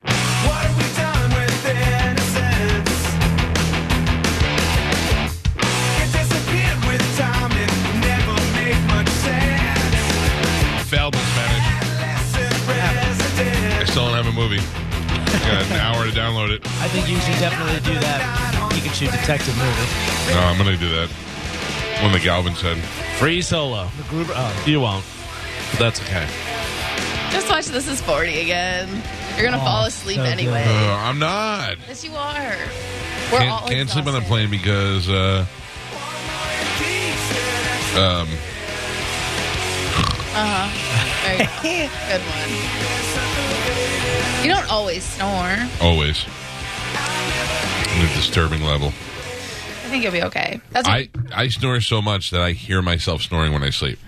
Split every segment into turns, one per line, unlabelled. What have we done with innocence? It disappeared with time. It never made much sense.
Failed in Spanish.
Adolescent
I
resident.
still don't have a movie. I got an hour to download it.
I think you should definitely do that Pikachu detective movie.
No, I'm gonna do that. When the Galvin said,
Free Solo. MacGruber. Oh, you won't.
but "That's okay."
Just watch This Is 40 again. You're going to
Oh,
fall asleep
so good.
anyway.
Uh, I'm not.
Yes, you are. We're all
Can't, can't sleep on a
exhausted.
plane because uh, um,
There you go. Good one. You don't always snore.
always on a disturbing level.
I think you'll be okay. That's
I I snore so much that I hear myself snoring when I sleep.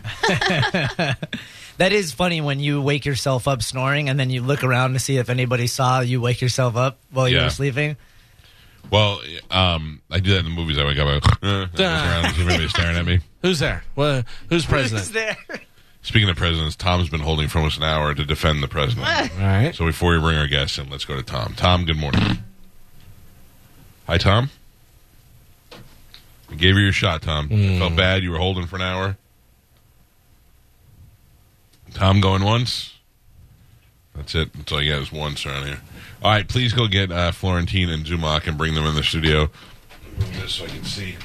That is funny when you wake yourself up snoring and then you look around to see if anybody saw you wake yourself up while you
Yeah.
were sleeping.
Well, um, I do that in the movies. I wake up, I go, "Uh," I look around, and see if anybody's staring at me.
Who's there? What, who's president?
there?
Speaking of presidents, Tom's been holding for almost an hour to defend the president.
All right.
So before we bring our guests in, let's go to Tom. Tom, good morning. Hi, Tom. I gave you your shot, Tom. I felt bad. You were holding for an hour. Tom going once. That's it. That's all you got is once around here. All right, please go get uh, Florentine and Zumach and bring them in the studio. Move this so I can see.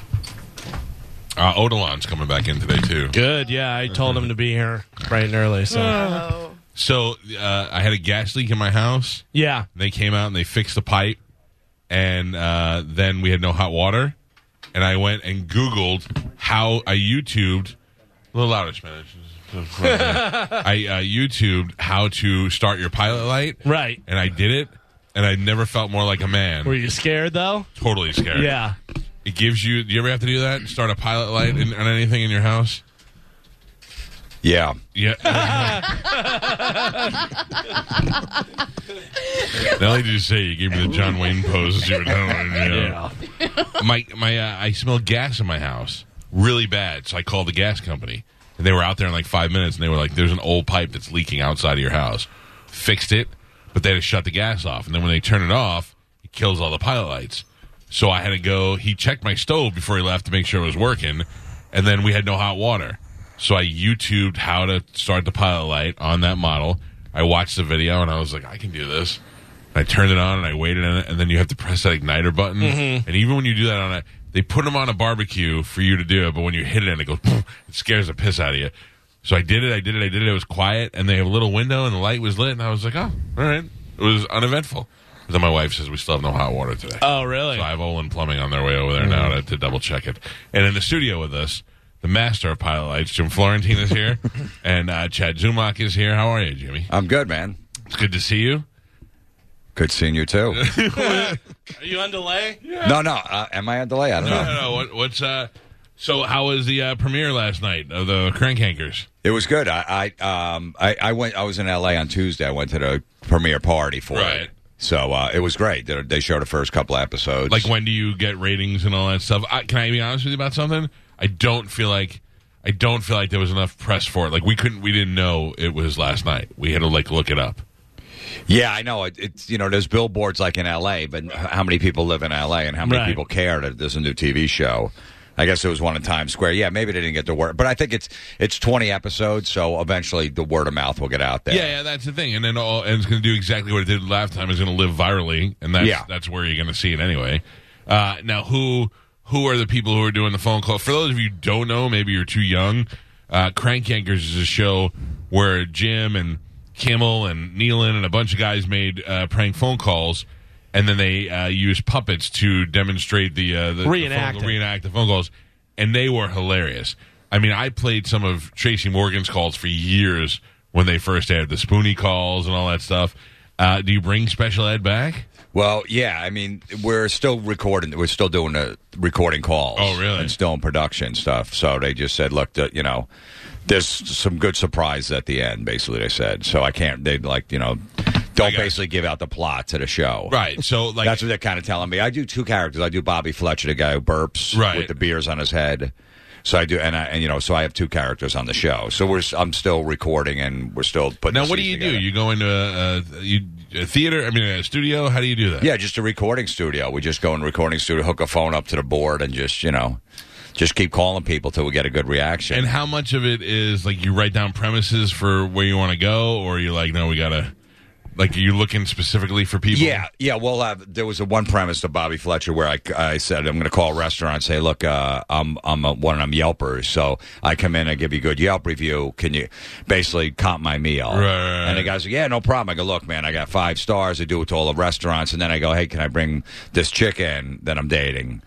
Uh, Odilon's coming back in today, too.
Good. Yeah, I told him to be here bright and early. So
Uh-huh.
oh,
So uh, I had a gas leak in my house.
yeah,
They came out and they fixed the pipe, and uh, then we had no hot water. And I went and Googled how I YouTubed a little louder, Spanish. I uh, YouTubed how to start your pilot light,
right.
and I did it, and I never felt more like a man.
Were you scared though?
totally scared.
Yeah.
it gives you. Do you ever have to do that? Start a pilot light in, on anything in your house?
Yeah.
Yeah. Not only did you say you gave me the John Wayne pose as you were down, you know. My my uh, I smelled gas in my house really bad, so I called the gas company. And they were out there in like five minutes, and they were like, "There's an old pipe that's leaking outside of your house." Fixed it, but they had to shut the gas off. And then when they turn it off, it kills all the pilot lights. So I had to go. He checked my stove before he left to make sure it was working, and then we had no hot water. So I YouTubed how to start the pilot light on that model. I watched the video and I was like, I can do this. And I turned it on and I waited on it, and then you have to press that igniter button. And even when you do that on it, they put them on a barbecue for you to do it, but when you hit it and it goes, it scares the piss out of you. So I did it, I did it, I did it. It was quiet, and they have a little window, and the light was lit, and I was like, oh, all right. It was uneventful. But then my wife says, we still have no hot water today.
Oh, really?
So I have Olin Plumbing on their way over there now to, to double check it. And in the studio with us, the master of pilot lights, Jim Florentine, is here, and uh, Chad Zumach is here. How are you, Jimmy?
I'm good, man.
It's good to see you.
Good seeing you too.
Are you on delay?
no, no. Uh, am I on delay? I don't
No,
know.
no, no. What, what's uh? So how was the uh, premiere last night of the Crank Hankers?
It was good. I, I, um, I, I went. I was in L.A. on Tuesday. I went to the premiere party for
Right.
it. So uh, it was great. They, they showed the first couple episodes.
Like, when do you get ratings and all that stuff? I, can I be honest with you about something? I don't feel like I don't feel like there was enough press for it. Like we couldn't, we didn't know it was last night. We had to like look it up.
yeah, I know. It, it's you know, there's billboards like in L.A., but h- how many people live in L.A. and how many
Right.
people care that there's a new TV show? I guess it was one in Times Square. Yeah, maybe they didn't get the word, but I think it's it's 20 episodes, so eventually the word of mouth will get out there.
Yeah, yeah, that's the thing. And then all, and it's going to do exactly what it did last time. It's going to live virally, and that's
Yeah.
that's where you're going to see it anyway. Uh, now, who who are the people who are doing the phone call? For those of you who don't know, maybe you're too young. Uh, Crank Yankers is a show where Jim and Kimmel and Nealon and a bunch of guys made uh, prank phone calls, and then they uh, used puppets to demonstrate the, uh, the the phone-
Reenact it.
reenact the phone calls, and they were hilarious. I mean, I played some of Tracy Morgan's calls for years when they first aired the Spoonie calls and all that stuff. Uh, do you bring special ed back?
Well, yeah. I mean, we're still recording. We're still doing the recording calls.
Oh, really?
And still in production stuff. So they just said, look, the, you know, there's some good surprises at the end. Basically, they said. So I can't. They like, you know, don't
got it.
basically give out the plot to the show.
Right. So like
That's what they're kind of telling me. I do two characters. I do Bobby Fletcher, the guy who burps
Right.
with the beers on his head. So I do, and I, and you know, so I have two characters on the show. So we're, s- I'm still recording, and we're still putting.
now.
the
What do
scenes
you do?
together.
You go into a, a, you, a theater? I mean, a studio? How do you do that?
Yeah, just a recording studio. We just go in recording studio, hook a phone up to the board, and just you know, just keep calling people till we get a good reaction.
And how much of it is like you write down premises for where you want to go, or you're like, no, we gotta, like, are you looking specifically for people?
yeah, yeah. Well, uh, there was a one premise to Bobby Fletcher where I, I said I'm going to call a restaurant and say, look, uh, I'm I'm a, one of them Yelpers, so I come in and give you a good Yelp review. Can you basically comp my meal?
Right, right,
And the
right.
guys like, yeah, no problem. I go, look, man, I got five stars. I do it to all the restaurants, and then I go, hey, can I bring this chicken that I'm dating?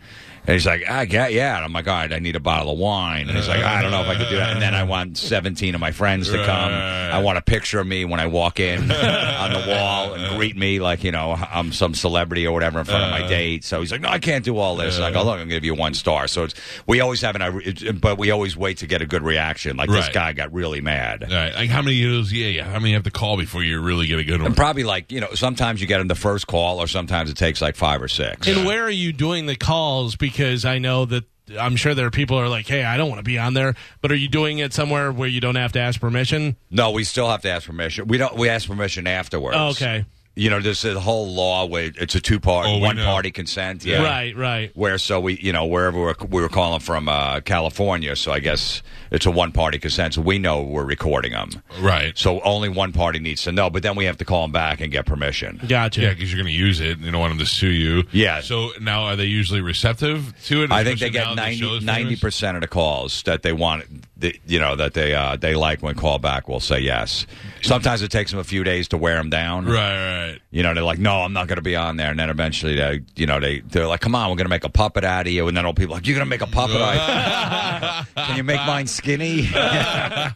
And he's like, I get, yeah. And I'm like, all right, I need a bottle of wine. And he's like, I don't know if I could do that. And then I want 17 of my friends to come. I want a picture of me when I walk in on the wall and greet me like, you know, I'm some celebrity or whatever in front of my date. So he's like, no, I can't do all this. And I go, look, I'm going to give you one star. So it's, we always have an, ir- but we always wait to get a good reaction. Like this
Right.
guy got really mad.
All right. Like, how many of those? Yeah, yeah. How many you have to call before you really get a good one?
And probably like you know, sometimes you get them the first call, or sometimes it takes like five or six.
And where are you doing the calls? Because I know that I'm sure there are people who are like, hey, I don't want to be on there. But are you doing it somewhere where you don't have to ask permission?
No, we still have to ask permission. We don't. We ask permission afterwards.
Oh, okay.
You know, there's a whole law where it's a two part,
Oh,
one
we know.
party consent. Yeah.
Right, right.
Where so we, you know, wherever we're, we were calling from uh, California, so I guess it's a one party consent. So we know we're recording them.
Right.
So only one party needs to know, but then we have to call them back and get permission.
Gotcha.
Yeah, because you're going to use it. and You don't want them to sue you.
Yeah.
So now, are they usually receptive to it?
I think they
especially
get
now that the show
90,
is famous?
90% of the calls that they want, that, you know, that they uh, they like when called back will say yes. Sometimes it takes them a few days to wear them down.
Right, right.
You know, they're like, no, I'm not going to be on there. And then eventually they, you know, they, they're like, come on, we're going to make a puppet out of you. And then all people are like, you're going to make a puppet out of you. Can you make mine skinny? can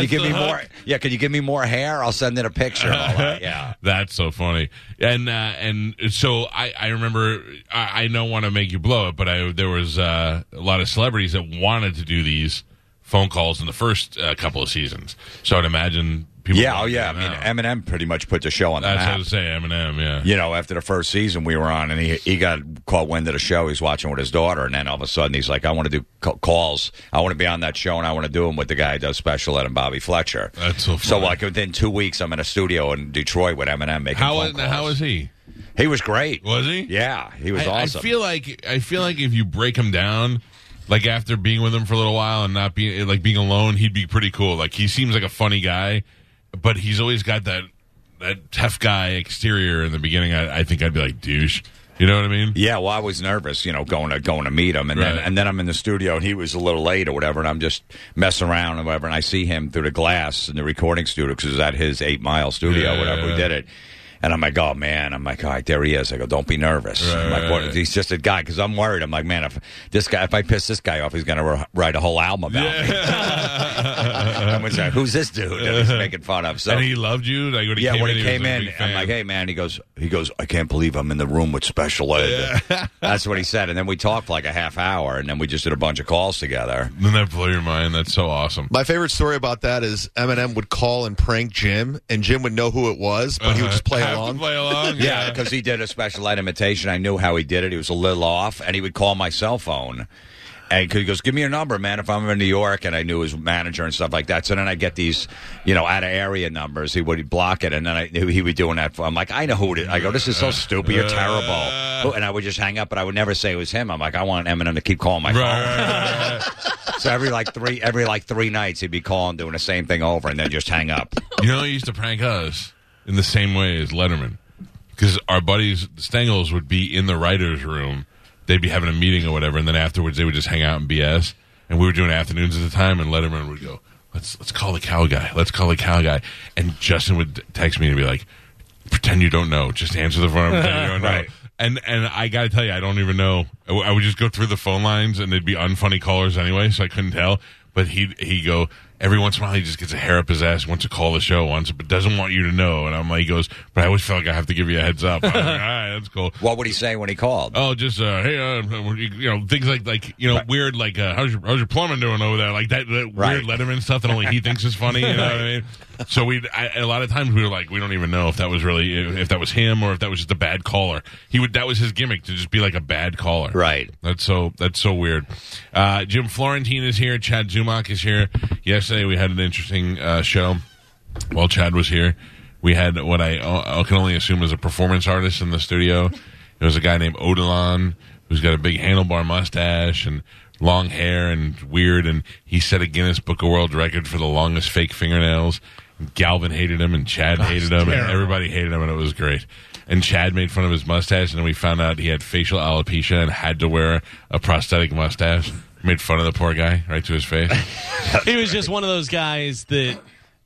you give me
the hook.
more? Yeah, can you give me more hair? I'll send in a picture. and all that. Yeah.
That's so funny. And uh, and so I, I remember I, I don't want to make you blow it, but I there was uh, a lot of celebrities that wanted to do these phone calls in the first uh, couple of seasons. So I'd imagine people.
Yeah. Oh,
want to
yeah. I
do
mean,
now.
Eminem pretty much put the show on the
that's
map.
how to say Eminem. Yeah.
you know, after the first season we were on, and he he got caught wind of the show. He's watching with his daughter, and then all of a sudden he's like, "I want to do ca- calls. I want to be on that show, and I want to do them with the guy who does special ed and Bobby Fletcher."
That's so funny.
like within two weeks, I'm in a studio in Detroit with Eminem making
How was
phone calls.
how was he?
He was great.
Was he?
Yeah, he was
I,
awesome.
I feel like I feel like if you break him down, like after being with him for a little while and not being like being alone, he'd be pretty cool. Like he seems like a funny guy, but he's always got that that tough guy exterior in the beginning. I, I think I'd be like douche. You know what I mean?
Yeah, well, I was nervous, you know, going to going to meet him, and then
Mm-hmm. Right.
and then I'm in the studio, and he was a little late or whatever, and I'm just messing around and whatever, and I see him through the glass in the recording studio because it was at his eight mile studio,
Yeah,
whatever
yeah.
we did it. And I'm like, oh man! I'm like, all right, there he is. I go, don't be nervous. I'm like, what- he's just a guy because I'm worried. I'm like, man, if this guy, if I piss this guy off, he's gonna ri- write a whole album about me. I'm gonna say, who's this dude that he's making fun of? So
And he loved you. Like when he
yeah,
came
when
in,
he
was
came
a
in,
big
I'm
fan.
like, "Hey, man." He goes, "He goes, I can't believe I'm in the room with special ed." That's what he said, and then we talked for like a half hour, and then we just did a bunch of calls together.
Doesn't that blow your mind? That's so awesome.
My favorite story about that is Eminem would call and prank Jim, and Jim would know who it was, but he would just play
Have to
along.
Play along.
Yeah, because he did a special ed imitation. I knew how he did it. He was a little off, and he would call my cell phone. And he goes, "Give me your number, man." If I'm in New York, and I knew his manager and stuff like that. So then I get these, you know, out of area numbers. He would block it, and then I, he would be doing that. For, I'm like, I know who it is. I go, "This is so stupid. You're terrible."
Uh.
And I would just hang up, but I would never say it was him. I'm like, I want Eminem to keep calling my
Right,
phone.
right, right, right.
So every like three every like three nights he'd be calling doing the same thing over and then just hang up.
You know, he used to prank us in the same way as Letterman, because our buddies the Stengels would be in the writers' room. They'd be having a meeting or whatever, and then afterwards they would just hang out and BS. And we were doing afternoons at the time, and Letterman would go, "Let's let's call the cow guy. Let's call the cow guy." And Justin would text me and be like, pretend you don't know. Just answer the phone. and Pretend you don't know.
Right.
And and I got to tell you, I don't even know. I w- I would just go through the phone lines, and they'd be unfunny callers anyway, so I couldn't tell. But he he go every once in a while, he just gets a hair up his ass, wants to call the show, wants but doesn't want you to know. And I'm like, he goes, but I always feel like I have to give you a heads up. I'm like, all right, that's cool.
What would he say when he called?
Oh, just uh, hey, uh, you know things like like you know weird like uh, how's your how's your plumbing doing over there? Like that, that
Right.
weird Letterman stuff that only he thinks is funny. You know what I mean? So we a lot of times we were like we don't even know if that was really if, if that was him or if that was just a bad caller. He would that was his gimmick to just be like a bad caller.
Right.
That's so that's so weird. Uh, Jim Florentine is here. Chad Zumach is here. Yesterday we had an interesting uh, show while Chad was here, we had what I, I can only assume is a performance artist in the studio. It was a guy named Odilon who's got a big handlebar mustache and long hair and weird, and he set a Guinness Book of World Record for the longest fake fingernails. Galvin hated him, and Chad hated him, and everybody hated him, and it was great. And Chad made fun of his mustache, and then we found out he had facial alopecia and had to wear a prosthetic mustache. Made fun of the poor guy right to his face.
he was just one of those guys that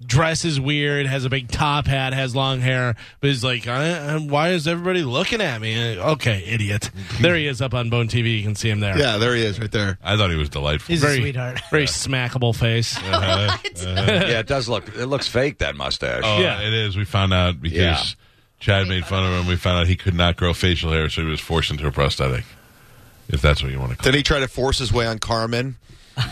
dresses weird, has a big top hat, has long hair, but he's like, I, I, why is everybody looking at me? Uh, Okay, idiot. There he is up on Bone TV. You can see him there.
Yeah, there he is, right there.
I thought he was delightful.
He's
Very-
a sweetheart.
Very smackable face.
Uh-huh.
yeah, it does look. It looks fake that mustache.
Oh,
Yeah.
it is. We found out because
Yeah.
Chad made fun of him. We found out he could not grow facial hair, so he was forced into a prosthetic. If that's what you want to call
Then he tried to force his way on Carmen.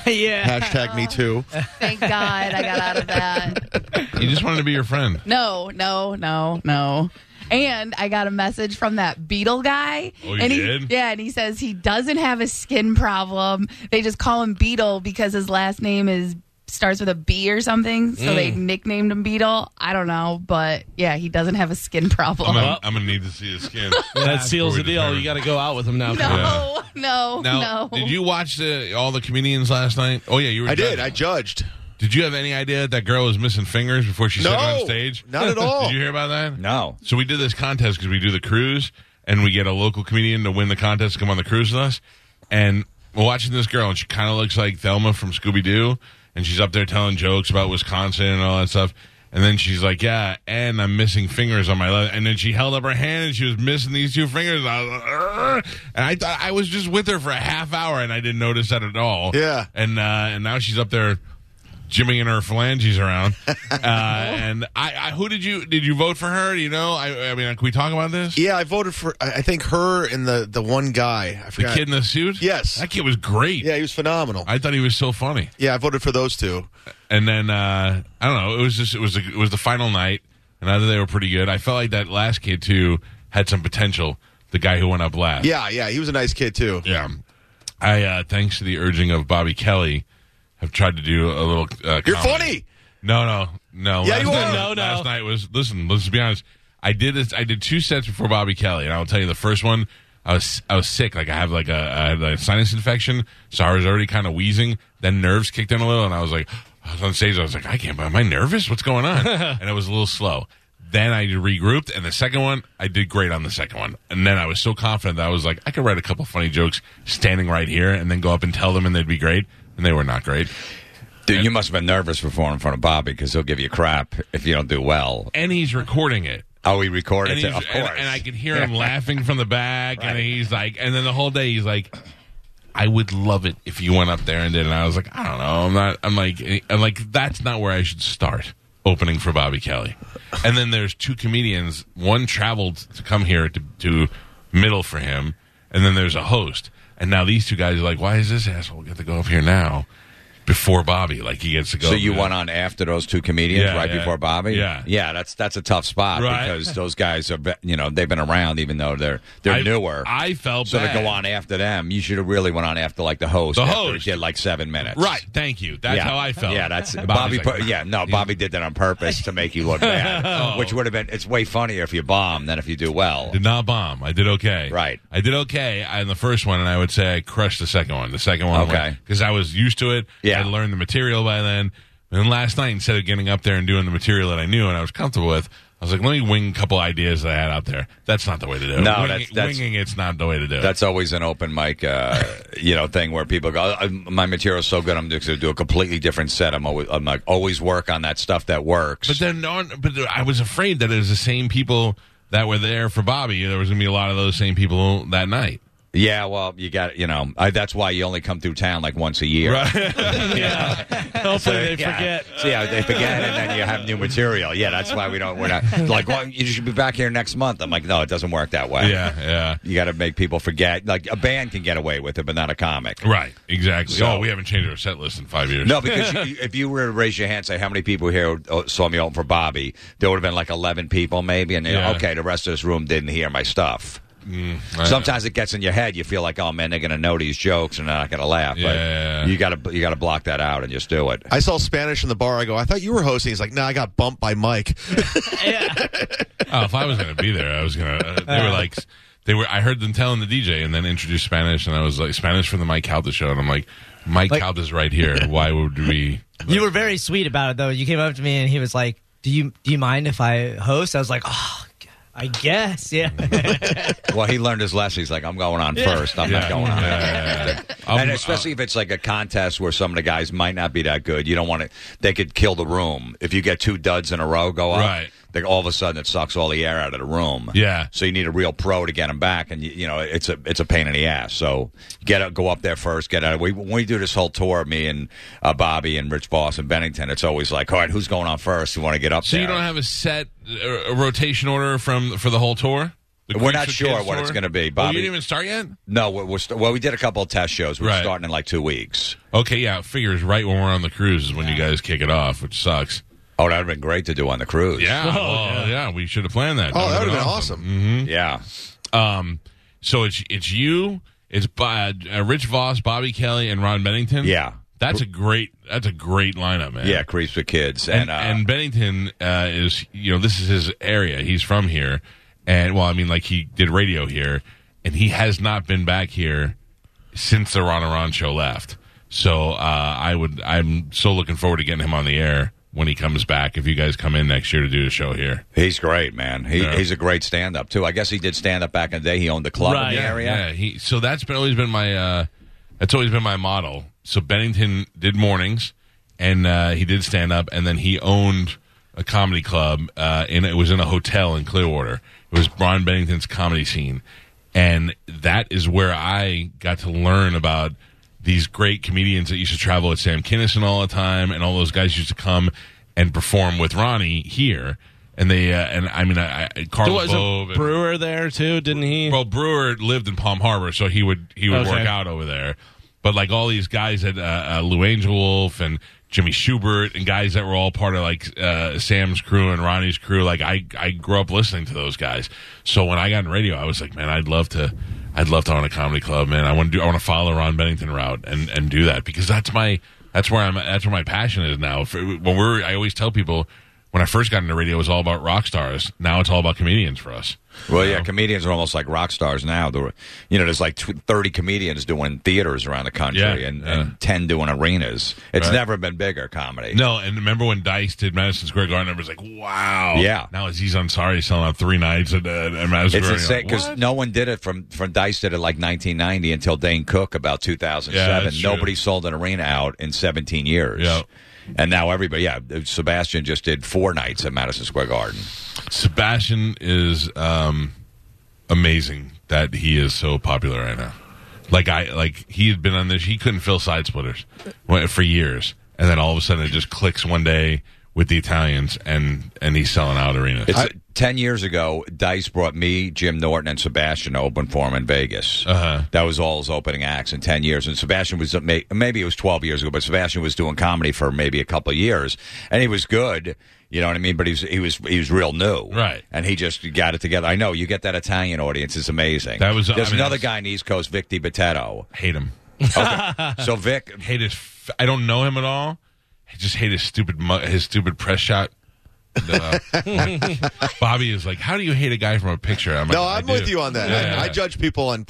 yeah.
Hashtag me too.
Thank God I got out of that.
it, he just wanted to be your friend.
No, no, no, no. And I got a message from that beetle guy.
Oh, you
and he,
did?
Yeah, and he says he doesn't have a skin problem. They just call him Beetle because his last name is starts with a B or something. So
Mm.
they nicknamed him Beetle. I don't know, but yeah, he doesn't have a skin problem.
I'm gonna, I'm gonna need to see his skin.
That seals the
Before we
deal.
determine.
You got to go out with him now.
no, no,
Now,
no.
did you watch the, all the comedians last night? Oh yeah, you were.
I did. I
judging.
judged.
Did you have any idea that girl was missing fingers before she
No,
said it on stage?
not at all.
did you hear about that?
No.
So we did this contest because we do the cruise, and we get a local comedian to win the contest to come on the cruise with us. And we're watching this girl, and she kind of looks like Thelma from Scooby Doo, and she's up there telling jokes about Wisconsin and all that stuff. And then she's like, "Yeah, and I'm missing fingers on my left." And then she held up her hand, and she was missing these two fingers. And I was like, "Ugh." and I thought I was just with her for a half hour, and I didn't notice that at all.
Yeah.
And uh, and now she's up there jimmying her phalanges around. Uh, and I, I, who did you did you vote for her? Do you know? I, I mean, can we talk about this?
Yeah, I voted for. I I think her and the the one guy. I
The
forgot.
kid in the suit.
Yes.
that kid was great.
yeah, he was phenomenal.
I thought he was so funny.
yeah, I voted for those two.
And then uh, I don't know. It was just it was it was the final night, and I thought they were pretty good. I felt like that last kid too had some potential. The guy who went up last.
Yeah, yeah, he was a nice kid too.
yeah. I uh, thanks to the urging of Bobby Kelly, have tried to do a little. Uh, comedy.
You're funny.
No, no, no.
Yeah, you
Last night-
are.
No, no.
Last night was listen. Let's be honest. I did this. I did two sets before Bobby Kelly, and I'll tell you the first one. I was I was sick. Like I have like a, I had a sinus infection, so I was already kind of wheezing. Then nerves kicked in a little, and I was like, I was on stage. I was like, I can't. Am I nervous? What's going on? and it was a little slow. Then I regrouped, and the second one, I did great on the second one. And then I was so confident that I was like, I could write a couple funny jokes standing right here, and then go up and tell them, and they'd be great. And they were not great.
Dude, you must have been nervous before in front of Bobby because he'll give you crap if you don't do well.
And he's recording it.
Oh, he recorded
and,
it,
he's,
of course.
and, and I could hear him laughing from the back, and he's like, and then the whole day he's like, I would love it if you went up there and did. it." And I was like, I don't know, I'm not, I'm like, I'm like, that's not where I should start opening for Bobby Kelly. And then there's two comedians. One traveled to come here to to middle for him, and then there's a host. And now these two guys are like, why is this asshole get to go up here now? Before Bobby, like he gets to go.
so you
Yeah.
went on after those two comedians
Yeah,
right
yeah.
before Bobby.
Yeah.
yeah, that's that's a tough spot
Right.
because those guys are ve- you know they've been around even though they're they're
I-
newer.
I felt
so
bad.
to go on after them, you should have really went on after like the host.
The
after
host.
he did like seven minutes.
Right, thank you. That's
yeah.
how I felt.
Yeah, that's
Bobby's
Bobby.
like,
put- yeah, no, Bobby did that on purpose to make you look bad,
Oh.
which would have been. It's way funnier if you bomb than if you do well.
Did not bomb. I did okay.
Right.
I did okay on the first one, and I would say I crushed the second one. The second one,
Okay.
because I was used to it.
Yeah.
I learned the material by then. And last night, instead of getting up there and doing the material that I knew and I was comfortable with, I was like, let me wing a couple ideas that I had out there. That's not the way to do it.
No,
Wing-
that's- that's-
winging. It's not the way to do it.
That's always an open mic, uh, you know, thing where people go, "Oh, "My material's so good, I'm going to do a completely different set." I'm always, I'm like, always work on that stuff that works.
But then, no one, but I was afraid that it was the same people that were there for Bobby. There was going to be a lot of those same people that night.
yeah, well, you got, you know, I, that's why you only come through town like once a year.
Hopefully they
Yeah.
forget.
So, yeah, they forget, and then you have new material. Yeah, that's why we don't. We're not like, well, you should be back here next month. I'm like, no, it doesn't work that way.
Yeah, yeah.
You got to make people forget. Like a band can get away with it, but not a comic.
Right, exactly.
So-
oh, we haven't changed our set list in five years.
No, because you, if you were to raise your hand, and say how many people here uh, saw me open for Bobby, there would have been like eleven people, maybe, and then,
Yeah. Mm,
okay, the rest of this room didn't hear my stuff.
I-
Sometimes it gets in your head. You feel like, oh man, they're gonna know these jokes and they're not gonna laugh.
Yeah.
But you gotta you gotta block that out and just do it.
I saw Spanish in the bar. I go, I thought you were hosting. He's like, no, I got bumped by Mike.
Oh, if I was going to be there, I was going to. they were like, they were. I heard them telling the DJ and then introduce Spanish, and I was like, Spanish from the Mike Caldas show, and I'm like, Mike
Like-
Caldas right here. Why would we?
You were very sweet about it, though. You came up to me and he was like, "Do you do you mind if I host?" I was like, "Oh, I guess, yeah."
well, he learned his lesson. He's like, I'm going on first. I'm not going on.
Yeah. Um,
and
I'll-
especially if it's like a contest where some of the guys might not be that good, you don't want to. They could kill the room if you get two duds in a row go up.
Right.
They, all of a sudden, it sucks all the air out of the room.
Yeah.
So you need a real pro to get them back, and you, you know it's a it's a pain in the ass. So get out, go up there first, get out. We when we do this whole tour, me and uh, Bobby and Rich Boss and Bennington, it's always like, all right, who's going on first? You want to get up
So
there?
you don't have a set uh, a rotation order from for the whole tour. The
We're
Queens
not
for
sure
Kids
what it's
tour?
gonna be,
Oh,
Bobby.
you didn't even start yet.
no, we're, we're st- well, we did a couple of test shows. We're
Right.
starting in like two weeks.
Okay, yeah, it figures right when we're on the cruise is when you guys kick it off, which sucks.
Oh, that would have been great to do on the cruise.
Yeah, well, yeah. we should have planned that.
oh, that would
would've Mm,
have been awesome.
yeah.
Um, so it's it's you, it's Bo- uh, Rich Voss, Bobby Kelly, and Ron Bennington.
Yeah.
that's a great that's a great lineup, man.
Yeah, creeps with kids, and,
and
uh,
and Bennington uh, is you know this is his area. He's from here, and well, I mean, like he did radio here, and he has not been back here since the Ron and Ron show left. So uh, I would I'm so looking forward to getting him on the air when he comes back. If you guys come in next year to do the show here,
he's great, man. He,
Yeah.
He's a great stand-up too. I guess he did stand-up back in the day. He owned the club
Right.
in the
Yeah,
area.
Yeah, he, so that's been always been my uh, that's always been my model. So Bennington did mornings, and uh, he did stand up, and then he owned a comedy club, uh, and it was in a hotel in Clearwater. It was Ron Bennington's comedy scene, and that is where I got to learn about these great comedians that used to travel with Sam Kinison all the time, and all those guys used to come and perform with Ronnie here. And they uh, and I mean I, I
There
Carl
was
Bove
a
and-
brewer there too, didn't he?
well, Brewer lived in Palm Harbor, so he would he would
Okay.
work out over there. But like all these guys at uh, uh, Lou Angel Wolf and Jimmy Schubert and guys that were all part of like uh, Sam's crew and Ronnie's crew, like I I grew up listening to those guys. So when I got in radio, I was like, man, I'd love to. I'd love to own a comedy club, man. I want to do. I want to follow Ron Bennington route and, and do that because that's my that's where I'm. That's where my passion is now. For, when we're, I always tell people when I first got into radio, it was all about rock stars. Now it's all about comedians for us.
Well, yeah, comedians are almost like rock stars now. There were, you know, there's like tw- 30 comedians doing theaters around the country
Yeah,
and,
yeah.
and 10 doing arenas. It's
Right.
never been bigger, comedy.
No, and remember when Dice did Madison Square Garden? It was like, wow.
Yeah.
Now Aziz Ansari selling out three nights at, uh, at Madison
It's
Square
insane
Garden.
because no one did it from, from Dice did it like 1990 until Dane Cook about
Yeah,
2007.
that's true.
Nobody sold an arena out in 17 years.
Yeah.
And now everybody, yeah, Sebastian just did four nights at Madison Square Garden.
Sebastian is um, amazing that he is so popular right now. Like I like he had been on this. He couldn't fill side splitters went- for years, and then all of a sudden it just clicks one day with the Italians, and and he's selling out arenas.
It's ten years ago. Dice brought me, Jim Norton, and Sebastian to open for him in Vegas. Uh-huh. That was all his opening acts in ten years. And Sebastian was may- maybe it was twelve years ago, but Sebastian was doing comedy for maybe a couple of years, and he was good. You know what I mean? But he was he was he was real new,
Right.
And he just got it together. I know you get that Italian audience; it's amazing.
That was- I
there's
mean,
another
that's-
guy in the East Coast, Vic DiBattista.
hate him.
Okay. so Vic,
Hate his. F- I don't know him at all. I just hate his stupid mu- his stupid press shot. Uh, Bobby is like, how do you hate a guy from a picture? I'm like,
No,
"I
I'm
do."
with you on that.
Yeah,
I, I judge people on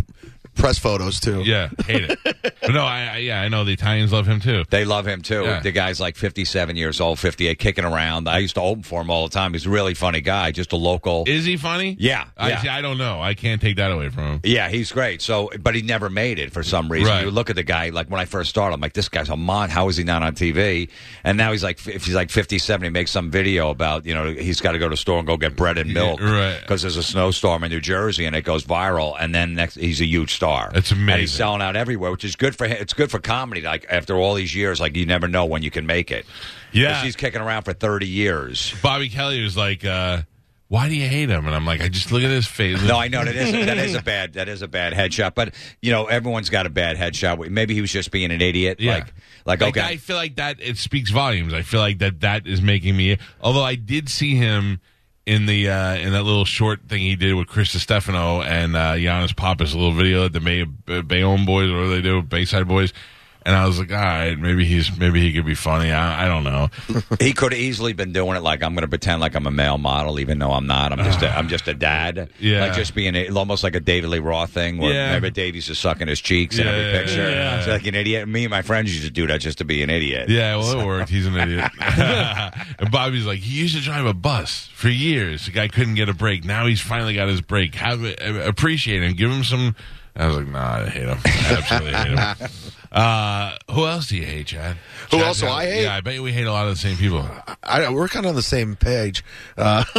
press photos too.
yeah, hate it. But no, I, I yeah, I know the Italians love him too.
They love him too.
Yeah.
The guy's like 57 years old, 58, kicking around. I used to open for him all the time. He's a really funny guy, just a local.
Is he funny?
Yeah,
I,
yeah.
see, I don't know. I can't take that away from him.
yeah, he's great. So, but he never made it for some reason.
Right.
You look at the guy, like when I first started, I'm like, this guy's a mon. How is he not on TV? And now he's like, if he's like 57, he makes some video about, you know, he's got to go to the store and go get bread and milk.
right.
Because there's a snowstorm in New Jersey and it goes viral. And then next, he's a huge star.
That's
And he's
amazing.
selling out everywhere, which is good for him. It's good for comedy. Like after all these years, like you never know when you can make it.
Yeah.
'Cause he's kicking around for 30 years.
Bobby Kelly was like, uh, "Why do you hate him?" And I'm like, "I just look at his face."
No, I know that is that is a bad that is a bad headshot. But you know, everyone's got a bad headshot. Maybe he was just being an idiot.
Yeah.
Like, like
Like,
okay,
I feel like that it speaks volumes. I feel like that that is making me. Although I did see him in the uh, in that little short thing he did with Chris Stefano and uh, Giannis Pappas, a little video at the Bay, uh, Bayonne Boys or whatever they do, Bayside Boys. And I was like, all right, maybe he's maybe he could be funny. I, I don't know.
he could have easily been doing it. Like, I'm going to pretend like I'm a male model, even though I'm not. I'm just a, I'm just a dad.
Yeah.
like just being a, almost like a David Lee Roth thing. Where
Yeah.
remember Davies is sucking his cheeks in
Yeah,
every
yeah,
picture.
yeah.
It's like an idiot. Me and my friends used to do that just to be an idiot.
Yeah, well, it worked. He's an idiot. and Bobby's like, he used to drive a bus for years. The guy couldn't get a break. Now he's finally got his break. Have it, uh, appreciate him. Give him some. I was like, nah, I hate him. I absolutely hate him. Uh, who else do you hate, Chad?
Who
Chad,
else do I hate?
Yeah, I bet we hate a lot of the same people.
I, we're kind of on the same page. Uh,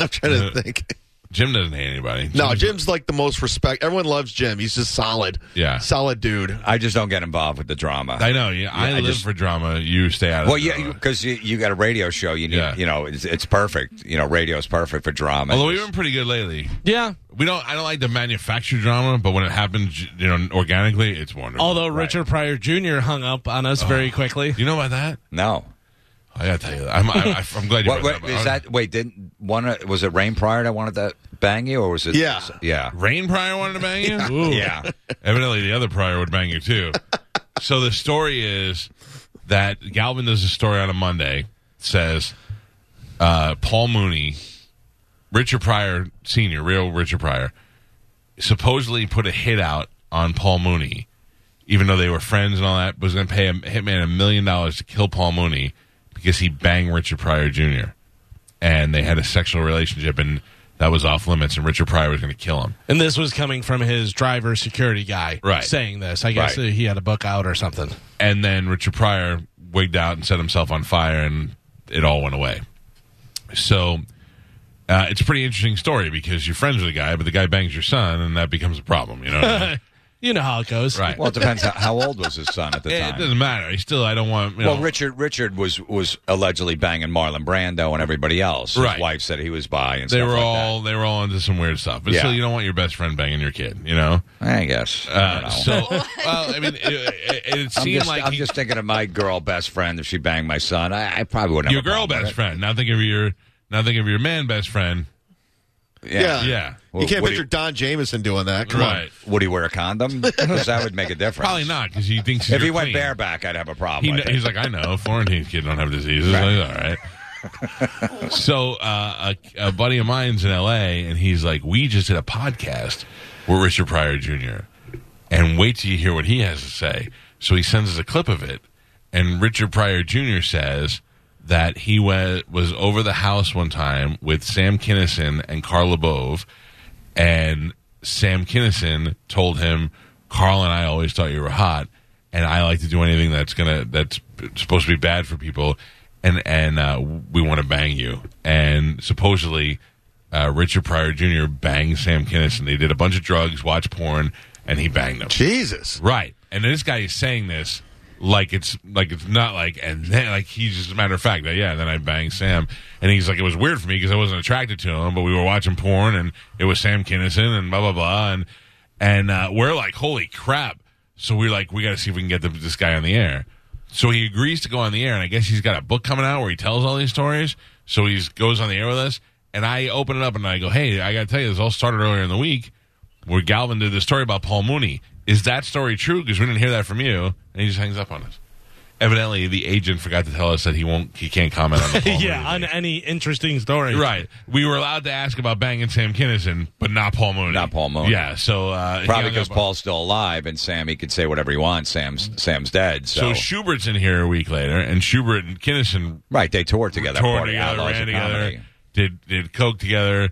I'm trying to think.
Jim doesn't hate anybody.
No,
Jim's-
Jim's like the most respect. Everyone loves Jim. He's just solid.
Yeah.
solid dude.
I just don't get involved with the drama.
I know. Yeah, I,
I
live
just-
for drama. You stay out of.
well,
the
yeah,
drama.
because you, you got a radio show. You need,
Yeah.
you know, it's, it's perfect. You know, radio is perfect for drama.
Although we've been pretty good lately.
Yeah.
We don't. I don't like the manufactured drama, but when it happens, you know, organically, it's wonderful.
Although Richard Pryor Jr. hung up on
Oh.
us very quickly.
you know about that?
no.
I gotta tell you, that. I'm, I, I'm glad you
What,
brought that up.
what,
Um,
is that? Wait, didn't one? uh, Was it Rain Pryor that wanted to bang you, or was it?
Yeah.
yeah,
Rain Pryor wanted to bang you? Ooh.
yeah.
Evidently, the other Pryor would bang you too. so the story is that Galvin does a story on a Monday, says uh, Paul Mooney, Richard Pryor Sr., real Richard Pryor, supposedly put a hit out on Paul Mooney, even though they were friends and all that, was going to pay a hitman a million dollars to kill Paul Mooney because he banged Richard Pryor Jr. And they had a sexual relationship, and that was off limits, and Richard Pryor was going to kill him.
And this was coming from his driver security guy
Right.
saying this. I guess
Right.
uh, he had a book out or something.
and then Richard Pryor wigged out and set himself on fire, and it all went away. So uh, it's a pretty interesting story because you're friends with the guy, but the guy bangs your son, and that becomes a problem. You know, what I mean?
You know how it goes.
right?
Well, it depends. How, how old was his son at the
it, it
time?
doesn't matter. He still, I don't want. You
well,
know,
Richard Richard was was allegedly banging Marlon Brando and everybody else. His
Right.
wife said he was by and
they
stuff
were
like
all they were all into some weird stuff, but
Yeah.
still, you don't want your best friend banging your kid. You know,
That. I guess. I
uh,
don't know.
so well, I mean, it, it, it,
I'm,
seemed
just,
like
I'm
he-
just thinking of my girl best friend. If she banged my son, I, I probably wouldn't.
your
have a
girl
problem with
best friend. Now think of your now think of your man best friend.
it. Yeah.
Yeah.
Yeah,
Well,
you can't
what
picture
do
Don Jameson doing that. Come
right.
on.
Would he wear a condom? 'Cause that would make a difference.
Probably not because he thinks
If he
you're
went
clean.
bareback, I'd have a problem.
He
I
kn-
think.
he's like, I know Florentine kid don't have diseases. Like, all right. so uh, a, a buddy of mine's in L.A. and he's like, we just did a podcast with Richard Pryor Jr. and wait till you hear what he has to say. So he sends us a clip of it, and Richard Pryor Jr. says that he wa- was over the house one time with Sam Kinison and Carl Bove, and Sam Kinison told him, "Carl and I always thought you were hot, and I like to do anything that's gonna that's supposed to be bad for people, and and uh, we want to bang you." And supposedly, uh, Richard Pryor Jr. banged Sam Kinison. They did a bunch of drugs, watched porn, and he banged them.
Jesus.
Right. And this guy is saying this like it's like it's not like and then like he's just a matter of fact that yeah and then I banged Sam and he's like it was weird for me because I wasn't attracted to him but we were watching porn and it was Sam Kinison and blah blah blah and and uh, we're like holy crap so we're like we got to see if we can get the, this guy on the air so he agrees to go on the air and I guess he's got a book coming out where he tells all these stories so he goes on the air with us and I open it up and I go hey I got to tell you this all started earlier in the week where Galvin did the story about Paul Mooney. Is that story true? Because we didn't hear that from you, and he just hangs up on us. evidently the agent forgot to tell us that he won't, he can't comment on the Paul
yeah,
Mooney
on
thing.
any interesting story.
Right, we were allowed to ask about banging Sam Kinison, but not Paul Mooney.
Not Paul Mooney.
Yeah, so uh, he
Probably
hung
because
up-
Paul's still alive, and Sam he could say whatever he wants. Sam's Sam's dead, so,
Mm-hmm. So Schubert's in here a week later, and Schubert and Kinison
right they toured together.
toured
Party
together,
Outlaws
ran
of
together,
Comedy.
did did coke together.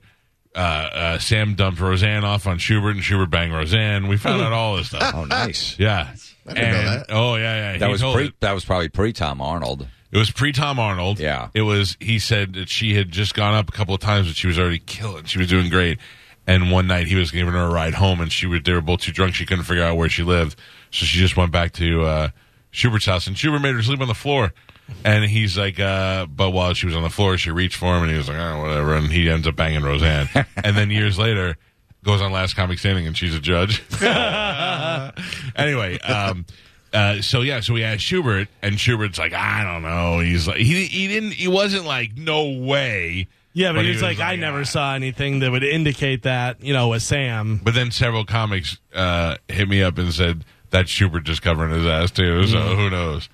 Uh, uh, Sam dumped Roseanne off on Schubert, and Schubert banged Roseanne. We found out all this stuff.
Oh, nice.
Yeah,
didn't know
And-
that.
oh yeah, yeah.
That
he
was
Ah, told
pre.
It.
That was probably pre Tom Arnold.
It was pre Tom Arnold.
Yeah.
it was. He said that she had just gone up a couple of times, but she was already killing. She was doing great. And one night he was giving her a ride home, and she was. They were both too drunk. She couldn't figure out where she lived, so she just went back to uh, Schubert's house, and Schubert made her sleep on the floor. And he's like, uh, but while she was on the floor, she reached for him, and he was like, oh, whatever. And he ends up banging Roseanne. and then years later, goes on Last Comic Standing, and she's a judge. anyway, um, uh, so yeah, so we asked Schubert, and Schubert's like, I don't know. He's like, he he didn't, he wasn't like, no way.
Yeah, but, he was, like, I
"Ah."
never saw anything that would indicate that, you know, with Sam.
But then several comics uh, hit me up and said that Schubert just covering his ass too. So
Mm.
who knows?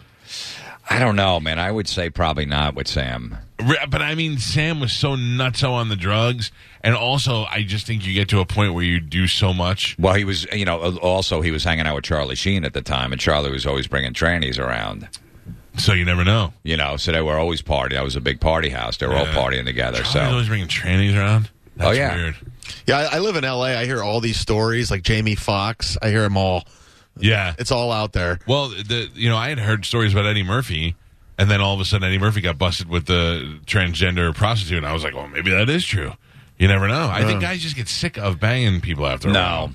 I don't know, man. I would say probably not with Sam.
Re- But I mean, Sam was so nutso on the drugs, and also I just think you get to a point where you do so much.
Well, he was, you know, also he was hanging out with Charlie Sheen at the time, and Charlie was always bringing trannies around.
So you never know.
You know, so they were always partying. That was a big party house. They were
Yeah.
all partying together.
Charlie's
so
always bringing trannies around. That's
Oh, yeah.
weird.
Yeah, I, I live in L.A. I hear all these stories, like Jamie Foxx. I hear them all.
Yeah,
It's all out there.
Well, the you know I had heard stories about Eddie Murphy, and then all of a sudden Eddie Murphy got busted with the transgender prostitute, and I was like, well, maybe that is true. You never know. I think guys just get sick of banging people after. A
No.
while.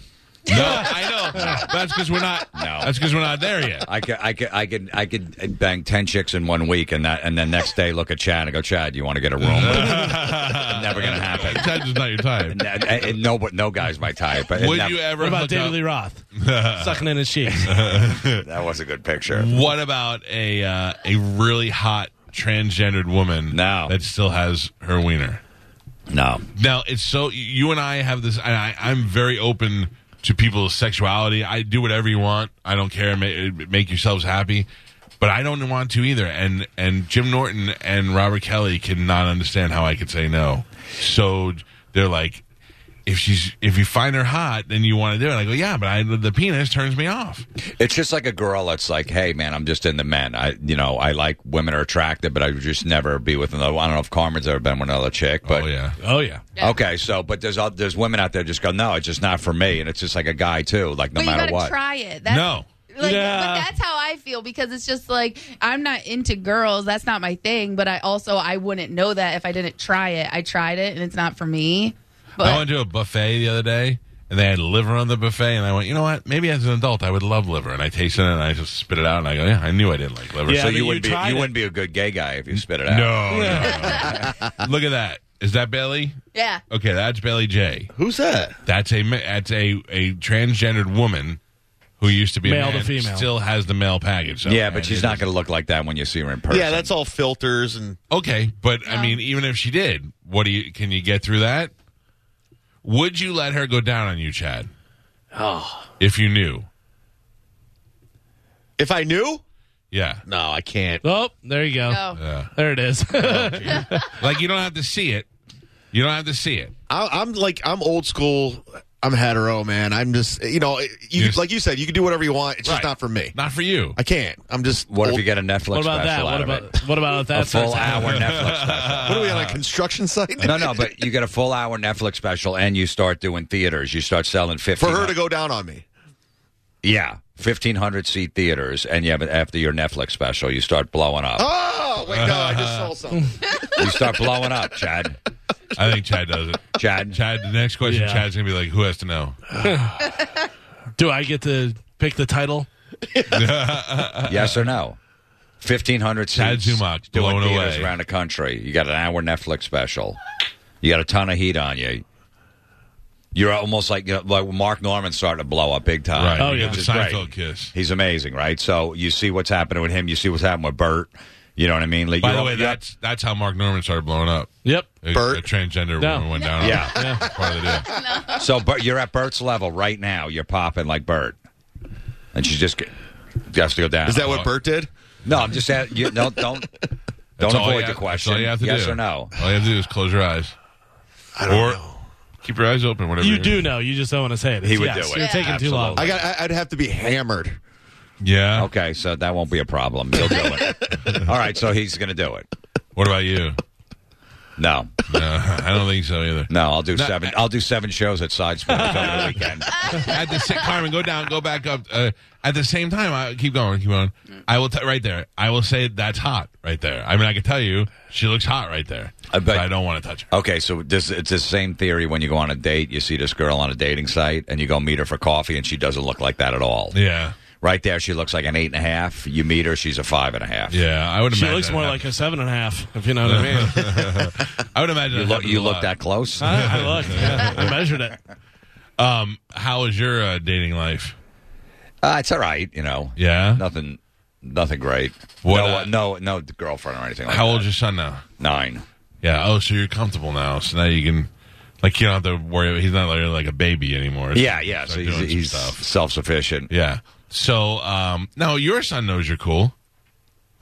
no, I know. That's because we're not.
No.
that's because we're not there yet.
I could, I could, I could, I could bang ten chicks in one week, and that, and then next day look at Chad and go, Chad, you want to get a room? Never gonna happen.
That's just not your type.
No, and no, but no guy's my type. But
Would
that,
you ever
What about
hook
David
up-
Lee Roth sucking in his cheeks?
that was a good picture.
What about a uh, a really hot transgendered woman
No.
that still has her wiener?
No,
Now it's so you and I have this. And I, I'm very open to people's sexuality. I do whatever you want. I don't care. Make, make yourselves happy, but I don't want to either. And and Jim Norton and Robert Kelly cannot understand how I could say no. So they're like, if she's if you find her hot, then you want to do it. I go, yeah, but I the penis turns me off.
it's just like a girl that's like, hey man, I'm just into men. I, you know, I like women are attractive, but I would just never be with another. I don't know if Carmen's ever been with another chick, but
oh yeah, oh yeah.
Okay, so but there's oth- there's women out there just go, no, it's just not for me, and it's just like a guy too, like no
but you
matter
gotta
what.
try it. That's,
No.
Like,
Yeah.
But that's how I feel because it's just like I'm not into girls. That's not my thing. But I also I wouldn't know that if I didn't try it. I tried it and it's not for me.
I
But
went to a buffet the other day, and they had liver on the buffet, and I went, you know what? Maybe as an adult, I would love liver, and I tasted it, and I just spit it out, and I go, yeah, I knew I didn't like liver.
Yeah,
so
but
you
you
wouldn't be
tried
you
it.
wouldn't be a good gay guy if you spit it
no,
out.
no, no. look at that. Is that Bailey?
yeah,
Okay, that's Bailey J.
Who's that?
That's a ma- that's a a transgendered woman who used to be
Male
a
to
man,
female.
still has the male package. So,
Yeah,
man,
but she's
it
not
is-
going to look like that when you see her in person.
Yeah, that's all filters and
Okay, but I mean, even if she did, what do you can you get through that? Would you let her go down on you, Chad? Oh, if you knew,
if I knew,
yeah.
no, I can't.
oh, there you go.
No.
There it is.
Like you don't have to see it. You don't have to see it.
I, I'm like I'm old school. I'm hetero, man. I'm just you know, you,
Yes.
like you said, you can do whatever you want. It's
Right.
just not for me.
Not for you.
I can't. I'm just.
What if
old-
you get a Netflix
what about that?
special out
What
of
about
it?
what about
A
that? sort
full
of-
hour Netflix special.
What are we on a construction site?
No, no, but you get a full hour Netflix special, and you start doing theaters. You start selling fifty
for her to go down on me.
Yeah, fifteen hundred seat theaters, and yeah, but after your Netflix special, you start blowing up.
Oh wait, no, I just saw something.
You start blowing up, Chad.
I think Chad does it.
Chad.
Chad, the next question,
Yeah.
Chad's gonna be like, "Who has to know?"
Do I get to pick the title?
Yes or no? Fifteen hundred
Tad
seats.
Zumach,
doing
blown
theaters
away.
around the country. You got an hour Netflix special. You got a ton of heat on you. You're almost like you know, like Mark Norman starting to blow up big time.
Right.
Oh,
You
yeah.
get The
Which is great.
Seinfeld kiss.
He's amazing, right? So you see what's happening with him. You see what's happening with Bert. You know what I mean? Like,
By
you're-
the way,
you're-
that's that's how Mark Norman started blowing up.
Yep.
A,
Bert.
a transgender
No.
woman went down. on
Yeah.
him. Part of the deal.
so Bert, you're at Bert's level right now. You're popping like Bert, and she's just g- has to go down.
Is that what Bert did?
No, I'm just asking. You, don't don't don't
That's all you
avoid the
have-
question.
That's all you have to
yes
do.
or no?
All you have to do is close your eyes. I don't or know. Keep your eyes open. Whatever
You
you're-
do know. You just don't want to say it.
He would
Yes,
do it.
You're taking too long.
I got. I, I'd have to be hammered.
Yeah.
Okay, so that won't be a problem. You'll do it. All right, so he's going to do it.
What about you?
No,
No, I don't think so either.
no, I'll do
No,
seven. I'll do seven shows at Side Sports over the weekend.
at the sa- Carmen, go down, go back up. Uh, at the same time, I keep going, keep going. I will t- right there. I will say that's hot right there. I mean, I can tell you she looks hot right there.
I bet-
But I don't want to touch her.
Okay, so this it's the same theory when you go on a date. You see this girl on a dating site, and you go meet her for coffee, and she doesn't look like that at all.
Yeah,
Right there, she looks like an eight and a half. You meet her, she's a five and a half.
yeah. I would.
She
imagine
looks
that
more
happened.
like a seven and a half, if you know what I mean.
I would imagine
You
that
look,
happens
you
a
look
lot.
that close.
I, I looked. Yeah, I measured it.
Um, how is your uh, dating life?
Uh, it's all right, you know.
Yeah.
Nothing, nothing great.
What,
no,
uh,
uh, no, no girlfriend or anything. Like
How
that.
old's your son now?
Nine.
Yeah. Oh, so you're comfortable now. So now you can, like, you don't have to worry. He's not like, like a baby anymore.
Yeah, yeah.
Start
So he's,
doing some
he's
stuff.
self-sufficient.
Yeah. So um, now your son knows you're cool.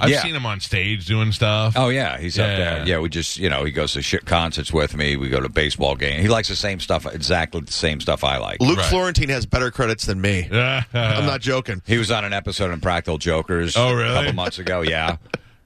I've
Yeah.
seen him on stage doing stuff.
Oh yeah, he's
Yeah.
up there. Yeah, we just you know he goes to shit concerts with me. We go to baseball games. He likes the same stuff, exactly the same stuff I like.
Luke
Right.
Florentine has better credits than me. I'm not joking.
He was on an episode of Practical Jokers.
Oh, really?
A couple months ago. Yeah,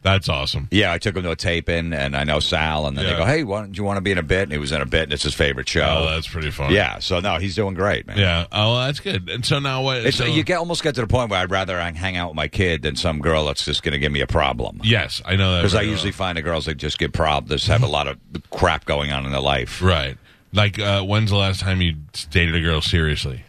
That's awesome.
yeah. I took him to a tape in, and I know Sal, and then
Yeah.
they go, "Hey, why don't you want to be in a bit?" And he was in a bit, and it's his favorite
Oh,
show.
that's pretty fun.
yeah. So no, he's doing great, man.
Yeah. Oh, that's good. And so now what?
It's,
so-
you get almost get to the point where I'd rather I hang out with my kid than some girl that's just going to give me a problem.
yes, I know that
Because I
very well.
usually find the girls that just get problems have a lot of crap going on in their life.
right. Like, uh, when's the last time you dated a girl seriously?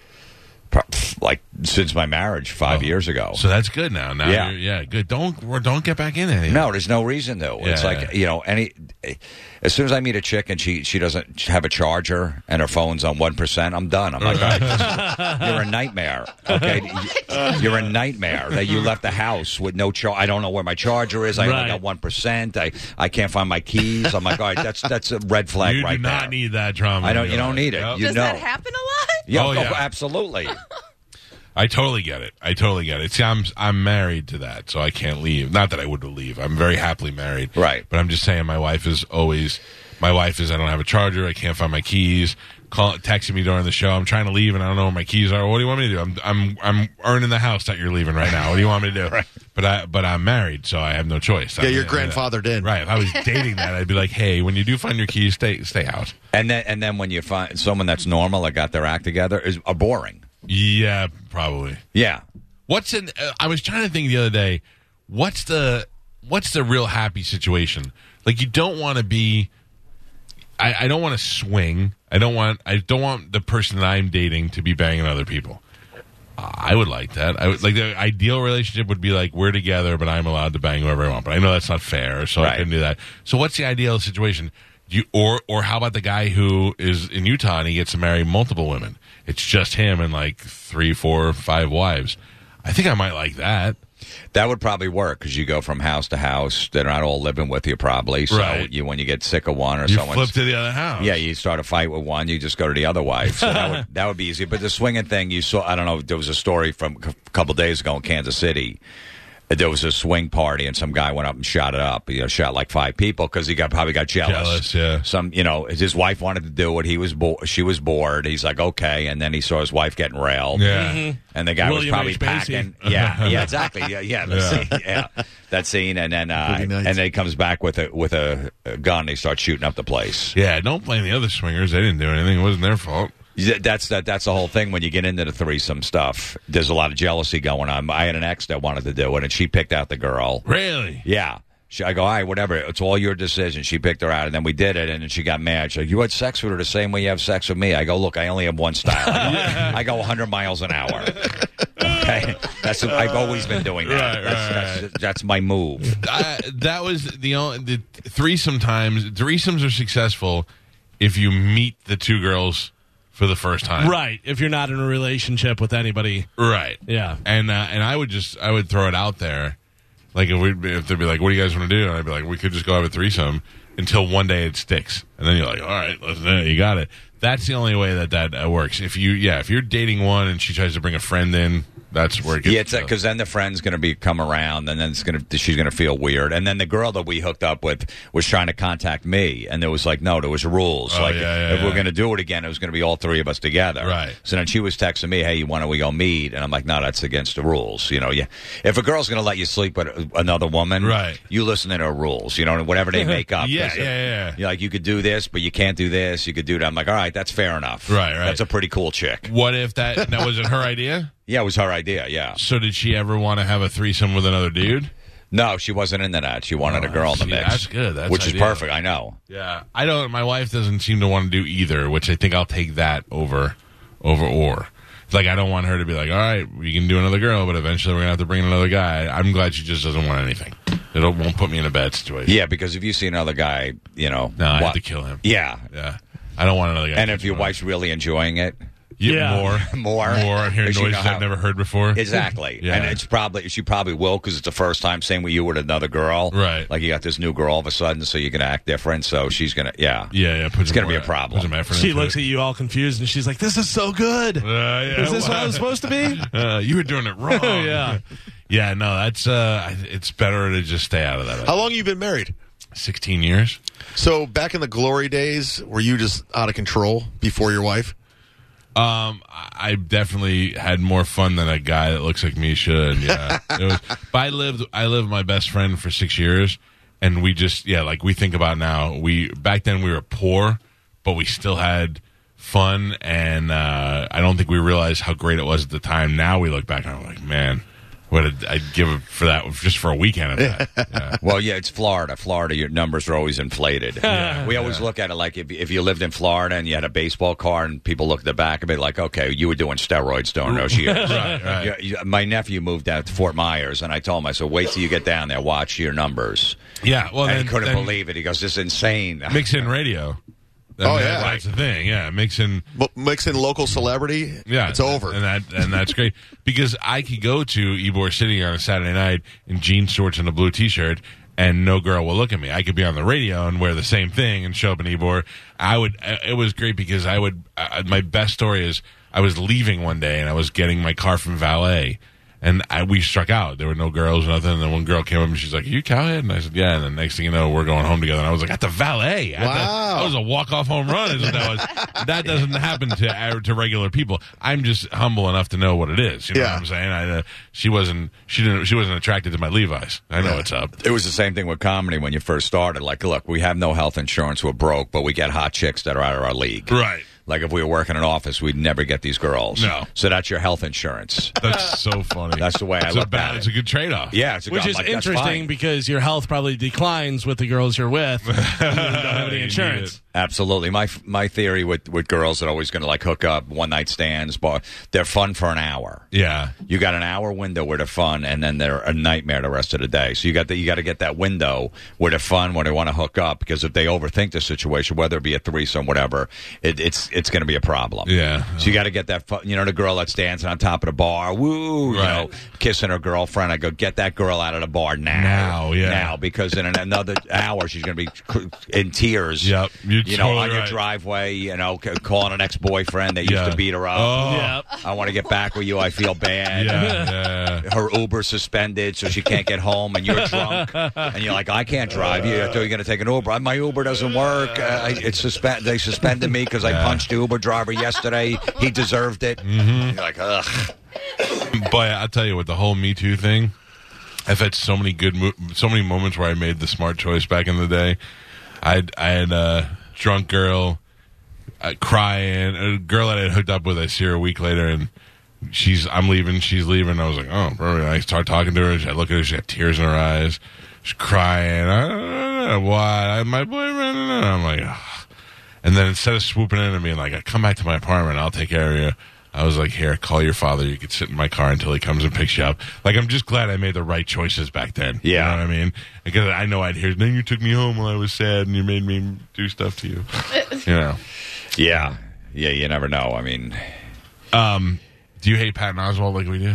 Pro- Like since my marriage five
Oh.
years ago.
So that's good now. Now,
Yeah.
you're- yeah, good. Don't or don't get back in it.
no, there's no reason to. it's
Yeah.
like you know, any. As soon as I meet a chick and she she doesn't have a charger and her phone's on one percent, I'm done. I'm like, all right, this is- you're a nightmare. Okay, you're a nightmare that you left the house with no charge. I don't know where my charger is. I
Right.
only got one percent. I I can't find my keys. I'm like, all right, that's that's a red flag
you
right
do not
there.
need that drama.
I don't-
in
you
your life.
don't need it.
Yep.
You
Does
know.
that happen a lot?
Yeah,
Oh,
oh,
yeah.
absolutely.
I totally get it. I totally get it. See, I'm I'm married to that, so I can't leave. Not that I would leave. I'm very happily married.
Right.
But I'm just saying, my wife is always. My wife is. I don't have a charger. I can't find my keys. Call, texting me during the show. I'm trying to leave, and I don't know where my keys are. What do you want me to do? I'm I'm I'm earning the house that you're leaving right now. What do you want me to do? But I but I'm married, so I have no choice.
Yeah,
I-
your
I-
grandfather did.
Right. If I was dating that, I'd be like, hey, when you do find your keys, stay stay out.
And then and then when you find someone that's normal that got their act together is are boring.
Yeah, probably.
Yeah.
What's in? Uh, I was trying to think the other day. What's the what's the real happy situation? Like you don't want to be. I, I don't want to swing. I don't want. I don't want the person that I'm dating to be banging other people. I would like that. I would like the ideal relationship would be like we're together, but I'm allowed to bang whoever I want. But I know that's not fair, so I
Right.
couldn't do that. So what's the ideal situation? Do you or or how about the guy who is in Utah and he gets to marry multiple women? It's just him and like three, four, five wives. I think I might like that.
That would probably work because you go from house to house. They're not all living with you, probably. So
Right.
you, when you get sick of one or
You flip
someone's
to the other house.
yeah, you start a fight with one, you just go to the other wife. So that would that would be easy. But the swinging thing, you saw. I don't know. There was a story from a couple days ago in Kansas City. There was a swing party, and some guy went up and shot it up. You know, shot like five people because he got probably got jealous.
Jealous, yeah.
Some, you know, his wife wanted to do it. He was bo- she was bored. He's like, okay, and then he saw his wife getting railed. Mm-hmm.
Yeah. Mhm.
and the guy was
William
probably
H. Macy.
packing. Yeah, yeah, exactly. Yeah, yeah, that Scene, yeah. That scene, and then uh,
Pretty nice.
and then he comes back with a with a, a gun. They start shooting up the place.
yeah. Don't blame the other swingers. They didn't do anything. It wasn't their fault.
Yeah, That's that. That's the whole thing. When you get into the threesome stuff, there's a lot of jealousy going on. I had an ex that wanted to do it, and she picked out the girl.
Really?
Yeah, she, I go, all right, whatever. It's all your decision. She picked her out, and then we did it, and then she got mad. She's like, you had sex with her the same way you have sex with me. I go, look, I only have one style. I go, I go 100 miles an hour. Okay, that's I've always been doing that.
Right, right,
that's, that's, that's my move.
I, that was the only the threesome times. Threesomes are successful if you meet the two girls for the first time,
Right. If you're not in a relationship with anybody.
Right.
Yeah.
And uh, and I would just I would throw it out there, like if we if they'd be like, "What do you guys want to do?" And I'd be like, "We could just go have a threesome." Until one day it sticks, and then you're like, "All right, listen, uh, you got it." That's the only way that that uh, works. If you yeah, if you're dating one and she tries to bring a friend in, That's where it gets.
Yeah, it's because then the friend's going to be come around, and then it's going to she's going to feel weird. And then the girl that we hooked up with was trying to contact me, and there was like, no, there was rules.
Oh,
like
yeah, yeah,
if
yeah.
we're going to do it again, it was going to be all three of us together.
Right.
So then she was texting me, hey, why don't we go meet? And I'm like, no, that's against the rules. You know, yeah. If a girl's going to let you sleep with uh, another woman,
Right.
You listen to her rules. You know, and whatever they make up.
Yeah,
'Cause, uh,
yeah, yeah.
You're like, you could do this, but you can't do this. You could do that. I'm like, all right, that's fair enough.
Right, right.
That's a pretty cool chick.
What if that that wasn't her idea?
Yeah, it was her idea. Yeah.
So did she ever want to have a threesome with another dude?
No, she wasn't into that. She wanted a girl in
Oh,
the
see,
mix.
that's good. That's
which is
ideal.
perfect. I know.
Yeah, I don't. My wife doesn't seem to want to do either, which I think I'll take that over, over or. Like I don't want her to be like, all right, we can do another girl, but eventually we're gonna have to bring in another guy. I'm glad she just doesn't want anything. It won't put me in a bad situation.
Yeah, because if you see another guy, you know,
no, I
wa-
have to kill him.
Yeah,
yeah. I don't want another guy.
and if your
touching my-
wife's really enjoying it,
yeah,
Yeah.
more,
More.
more, I'm hearing
Because you
noises
know how-
I've never heard before.
exactly.
Yeah.
And it's probably she probably will because it's the first time. Same with you with another girl,
Right.
Like you got this new girl all of a sudden, so you're gonna act different. So she's gonna, yeah,
yeah, yeah. It's
gonna be a problem.
She looks at you all confused, and she's like, "This is so good. Is this what I was supposed to be?"
Uh, you were doing it wrong.
Yeah.
yeah. No, that's uh, I- it's better to just stay out of
Oh.
that.
How long you been married?
Sixteen years.
So back in the glory days, were you just out of control before your wife?
Um, I I definitely had more fun than a guy that looks like me should. Yeah, it was, but I lived I lived with my best friend for six years, and we just yeah, like we think about now. We back then we were poor, but we still had fun, and uh, I don't think we realized how great it was at the time. Now we look back and I'm like, man, what I'd, I'd give it for that just for a weekend of that. Yeah.
Well, yeah, it's Florida. Florida, your numbers are always inflated. we always look at it like if, if you lived in Florida and you had a baseball card and people look at the back of it like, okay, you were doing steroids during those years.
Right, right.
Yeah, you- my nephew moved out to Fort Myers, and I told him, I said, wait till you get down there, watch your numbers.
Yeah, well,
and
then,
he couldn't
then
believe it. He goes, this is insane.
mix in radio.
Oh, yeah.
that's the thing. Yeah, mix in.
M- mix in local celebrity,
Yeah,
it's over.
and that and that's great because I could go to Ybor City on a Saturday night in jean shorts and a blue T-shirt, and no girl will look at me. I could be on the radio and wear the same thing and show up in Ybor. I would. uh, It was great because I would. Uh, my best story is I was leaving one day and I was getting my car from valet. And I, we struck out. There were no girls, nothing. And then one girl came up and she's like, Are you cowhead? And I said, Yeah. And the next thing you know, we're going home together. And I was like, At the valet. At the-
Wow.
that was a walk off home run. Is what that was. That doesn't happen to aver- to regular people. I'm just humble enough to know what it is. You know
Yeah.
what I'm saying? I, uh, she wasn't. She didn't. She wasn't attracted to my Levi's. I know
Yeah.
what's up.
It was the same thing with comedy when you first started. Like, look, we have no health insurance. We're broke, but we get hot chicks that are out of our league.
Right.
Like, if we were working in an office, we'd never get these girls.
No.
So that's your health insurance.
That's so funny.
That's the way I
it's
look
a bad,
at it.
It's a good trade off.
Yeah, it's a
Which
I'm
is
like, "Oh that's
interesting
fine.
because your health probably declines with the girls you're with. and you don't have
You
any
need
insurance.
it.
Absolutely, my my theory with with girls that are always going to like hook up, one night stands, but they're fun for an hour.
Yeah.
You got an hour window where they're fun, and then they're a nightmare the rest of the day. So you got the, you got to get that window where they're fun, where they want to hook up, because if they overthink the situation, whether it be a threesome, whatever, it, it's it's going to be a problem.
Yeah.
So you got to get that, fu- you know, the girl that's dancing on top of the bar, woo, you
Right.
know, kissing her girlfriend. I go, get that girl out of the bar now.
Now, yeah.
Now, because in an- another hour, she's going to be cr- in tears.
Yep, you're
You know, on
totally
your
right.
driveway, you know, c- calling an ex boyfriend that used
Yeah.
to beat her up.
Oh.
Yep.
I want to get back with you. I feel bad.
Yeah. yeah.
Her Uber suspended, so she can't get home, and you're drunk, and you're like, I can't drive. You, so you're going to take an Uber. My Uber doesn't work. Uh, I, it's suspend. They suspended me because I punched the Uber driver yesterday. He deserved it.
Mm.
You're like, ugh.
But I'll tell you what, the whole Me Too thing, I've had so many good, mo- so many moments where I made the smart choice back in the day. I I had a drunk girl uh, crying, a girl that I had hooked up with. I see her a week later, and she's I'm leaving, she's leaving. I was like, oh, bro. And I start talking to her. I look at her, she had tears in her eyes, she's crying. I don't know why. I- My boyfriend. And I'm like, "Ugh." and then instead of swooping in and being like, come back to my apartment, I'll take care of you. I was like, here, call your father. You could sit in my car until he comes and picks you up. Like, I'm just glad I made the right choices back then.
Yeah.
You know what I mean? Because I know I'd hear, then you took me home while I was sad and you made me do stuff to you. you know.
Yeah, yeah. You never know. I mean,
Um, do you hate Patton Oswald like we do?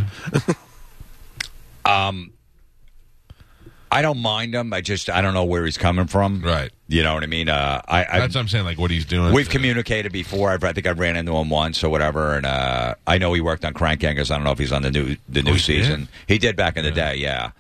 I don't mind him. I just I don't know where he's coming from.
Right.
You know what I mean? Uh, I, I
That's what I'm saying. Like what he's doing.
We've
Uh,
communicated before. I've, I think I ran into him once or whatever, and uh, I know he worked on Crankgangers. I don't know if he's on the new the new
Oh, he did?
season. He did back in the day, yeah.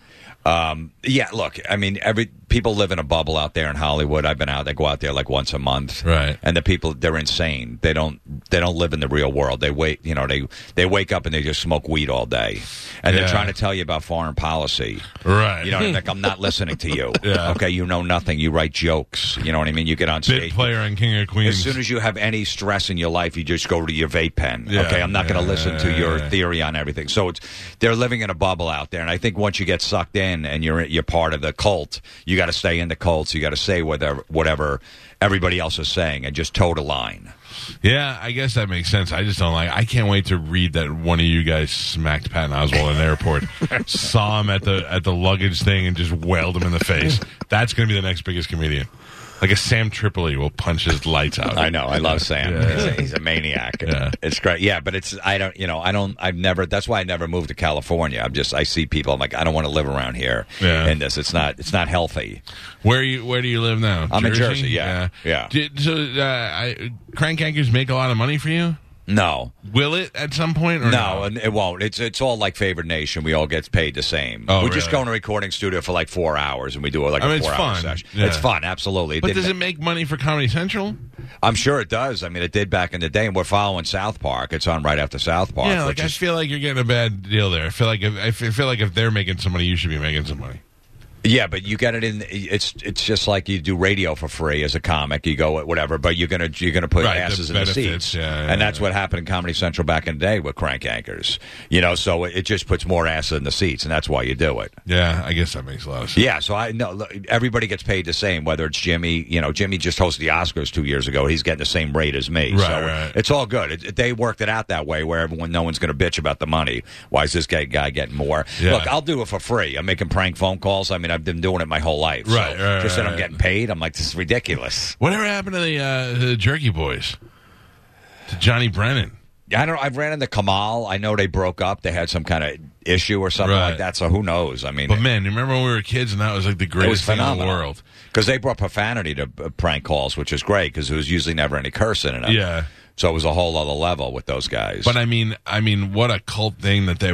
Um, yeah, look, I mean, every people live in a bubble out there in Hollywood. I've been out; they go out there like once a month,
Right.
And the people they're insane. They don't they don't live in the real world. They wait, you know, they they wake up and they just smoke weed all day, and
Yeah.
they're trying to tell you about foreign policy.
Right.
You know, like I'm not listening to you. Okay, you know nothing. You write jokes. You know what I mean? You get on
bit
stage.
player on King of Queens.
As soon as you have any stress in your life, you just go to your vape pen.
Yeah,
okay, I'm not going
yeah,
to listen
yeah,
to your
yeah.
theory on everything. So it's they're living in a bubble out there, and I think once you get sucked in and you're you're part of the cult, you got to stay in the cult. So you got to say whatever whatever everybody else is saying and just toe the line.
yeah, I guess that makes sense. I just don't like. I can't wait to read that one of you guys smacked Patton Oswald in the airport, saw him at the at the luggage thing, and just wailed him in the face. That's going to be the next biggest comedian. Like a Sam Tripoli will punch his lights out.
I know. I love Sam.
Yeah.
He's, a, he's a maniac.
Yeah.
It's great. Yeah, but it's I don't. You know, I don't. I've never. That's why I never moved to California. I'm just. I see people. I'm like, I don't want to live around here.
Yeah.
In this, it's not. It's not healthy.
Where you Where do you live now?
I'm in Jersey, yeah. Yeah.
Did- so, uh, I, crank anchors make a lot of money for you.
No.
Will it at some point? Or
No, and it won't. It's it's all like Favored Nation. We all get paid the same.
Oh,
we just
really?
go in a recording studio for like four hours and we do like
I mean,
a
it's
four hour
fun.
session.
Yeah.
It's fun, absolutely. It
But
did
does
ma-
it make money for Comedy Central?
I'm sure it does. I mean, it did back in the day, and we're following South Park. It's on right after South Park.
Yeah, like
which
I
is-
feel like you're getting a bad deal there. I feel like if I fe- feel like if they're making some money, you should be making some money.
yeah, but you get it in. It's it's just like you do radio for free as a comic. You go at whatever, but you're gonna you're gonna put
Right, the
asses in the
benefits,
seats,
yeah, yeah,
and that's what happened in Comedy Central back in the day with crank anchors. You know, so it, it just puts more asses in the seats, and that's why you do it.
Yeah, I guess that makes a lot of sense.
Yeah, so I know look, everybody gets paid the same. Whether it's Jimmy, you know, Jimmy just hosted the Oscars two years ago. He's getting the same rate as me.
Right,
so
right.
It's all good. It, it- they worked it out that way, where everyone, no one's going to bitch about the money. Why is this guy, guy getting more?
Yeah.
Look, I'll do it for free. I'm making prank phone calls. I mean, I've been doing it my whole life.
Right,
so
right,
Just that
right,
I'm
right.
getting paid. I'm like, this is ridiculous.
Whatever happened to the, uh, the Jerky Boys? To Johnny Brennan.
I don't. I've ran into Kamal. I know they broke up. They had some kind of issue or something
Right.
like that. So who knows? I mean,
But man, you remember when we were kids and that was like the
It was
greatest thing in the
phenomenal.
world.
Because they brought profanity to uh, prank calls, which is great because there was usually never any cursing in it.
Yeah.
So it was a whole other level with those guys.
But I mean, I mean, what a cult thing that they.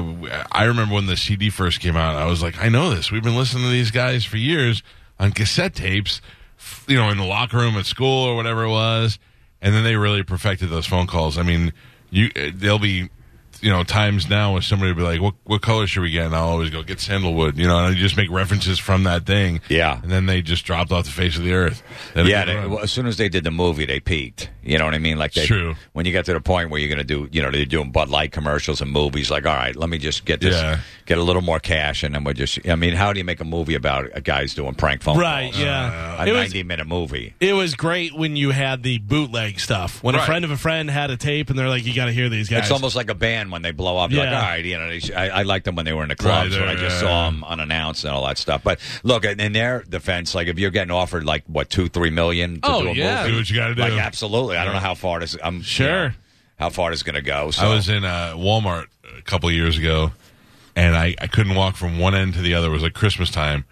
I remember when the CD first came out. I was like, I know this. We've been listening to these guys for years on cassette tapes, f- you know, in the locker room at school or whatever it was. And then they really perfected those phone calls. I mean, you uh, there'll be, you know, times now where somebody will be like, "What what color should we get?" And I'll always go get sandalwood, you know, and I just make references from that thing.
Yeah.
And then they just dropped off the face of the earth. That'd
yeah,
be
they,
fun.
well, as soon as they did the movie, they peaked. You know what I mean? Like they,
True.
when you get to the point where you're going to do, you know, they're doing Bud Light commercials and movies. Like, all right, let me just get this,
Yeah.
get a little more cash, and then we will just. I mean, how do you make a movie about a guy's doing prank phone
Right,
calls?
yeah.
a
It was-
ninety minute movie.
It was great when you had the bootleg stuff. When
Right.
a friend of a friend had a tape, and they're like, "You got to hear these guys."
It's almost like a band when they blow up. You're Like,
Yeah.
all right, you know, they, sh- I, I liked them when they were in the clubs
Right,
when I
right,
just
right,
saw
right.
them unannounced and all that stuff. But look, in in their defense, like if you're getting offered like what two, three million to
Oh,
do a
yeah.
movie,
Do what you gotta do.
Like absolutely, I don't know how far this. I'm you
Sure.
know, how far it's going to go. So
I was in uh, Walmart a couple years ago, and I, I couldn't walk from one end to the other. It was like Christmas time.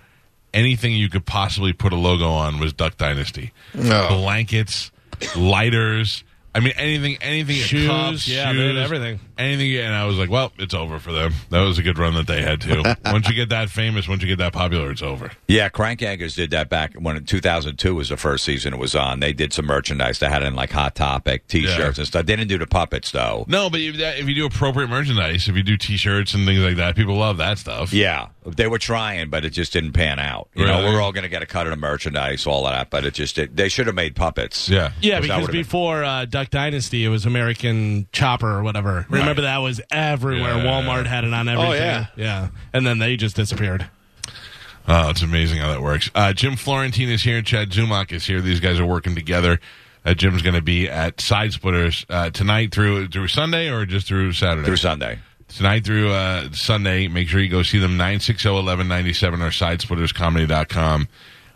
Anything you could possibly put a logo on was Duck Dynasty. Blankets, lighters. I mean, anything, anything,
Shoes,
cups,
yeah,
shoes,
they had everything.
anything. And I was like, well, it's over for them. That was a good run that they had too. once you get that famous, once you get that popular, it's over.
yeah, Crank Anchors did that back when 2002 was the first season it was on. They did some merchandise. They had it in like Hot Topic T-shirts
Yeah.
and stuff. They didn't do the puppets though.
No, but if, that, if you do appropriate merchandise, if you do T-shirts and things like that, people love that stuff.
Yeah, they were trying, but it just didn't pan out. You know,
Really?
we're all going to get a cut of the merchandise, all of that, but it just did. They should have made puppets.
yeah,
Yeah,
Which that
because
would've been-
before uh, Duck Dynasty, it was American Chopper or whatever. Remember that was everywhere.
Yeah.
Walmart had it on everything.
yeah.
yeah. And then they just disappeared.
Oh, it's amazing how that works. Uh, Jim Florentine is here. Chad Zumach is here. These guys are working together. Uh, Jim's going to be at Side Splitters uh, tonight through through Sunday or just through Saturday?
through Sunday.
tonight through uh, Sunday. Make sure you go see them 960 1197 or sidesplitterscomedy.com.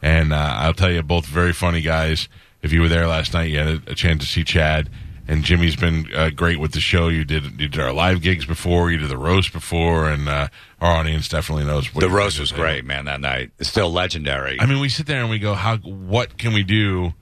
And uh, I'll tell you, both very funny guys. If you were there last night, you had a, a chance to see Chad. And Jimmy's been uh, great with the show. You did you did our live gigs before. You did the roast before, and uh, our audience definitely knows. What
The
you
roast
did.
was great, man, that night. It's still legendary.
I mean, we sit there and we go, "How? What can we do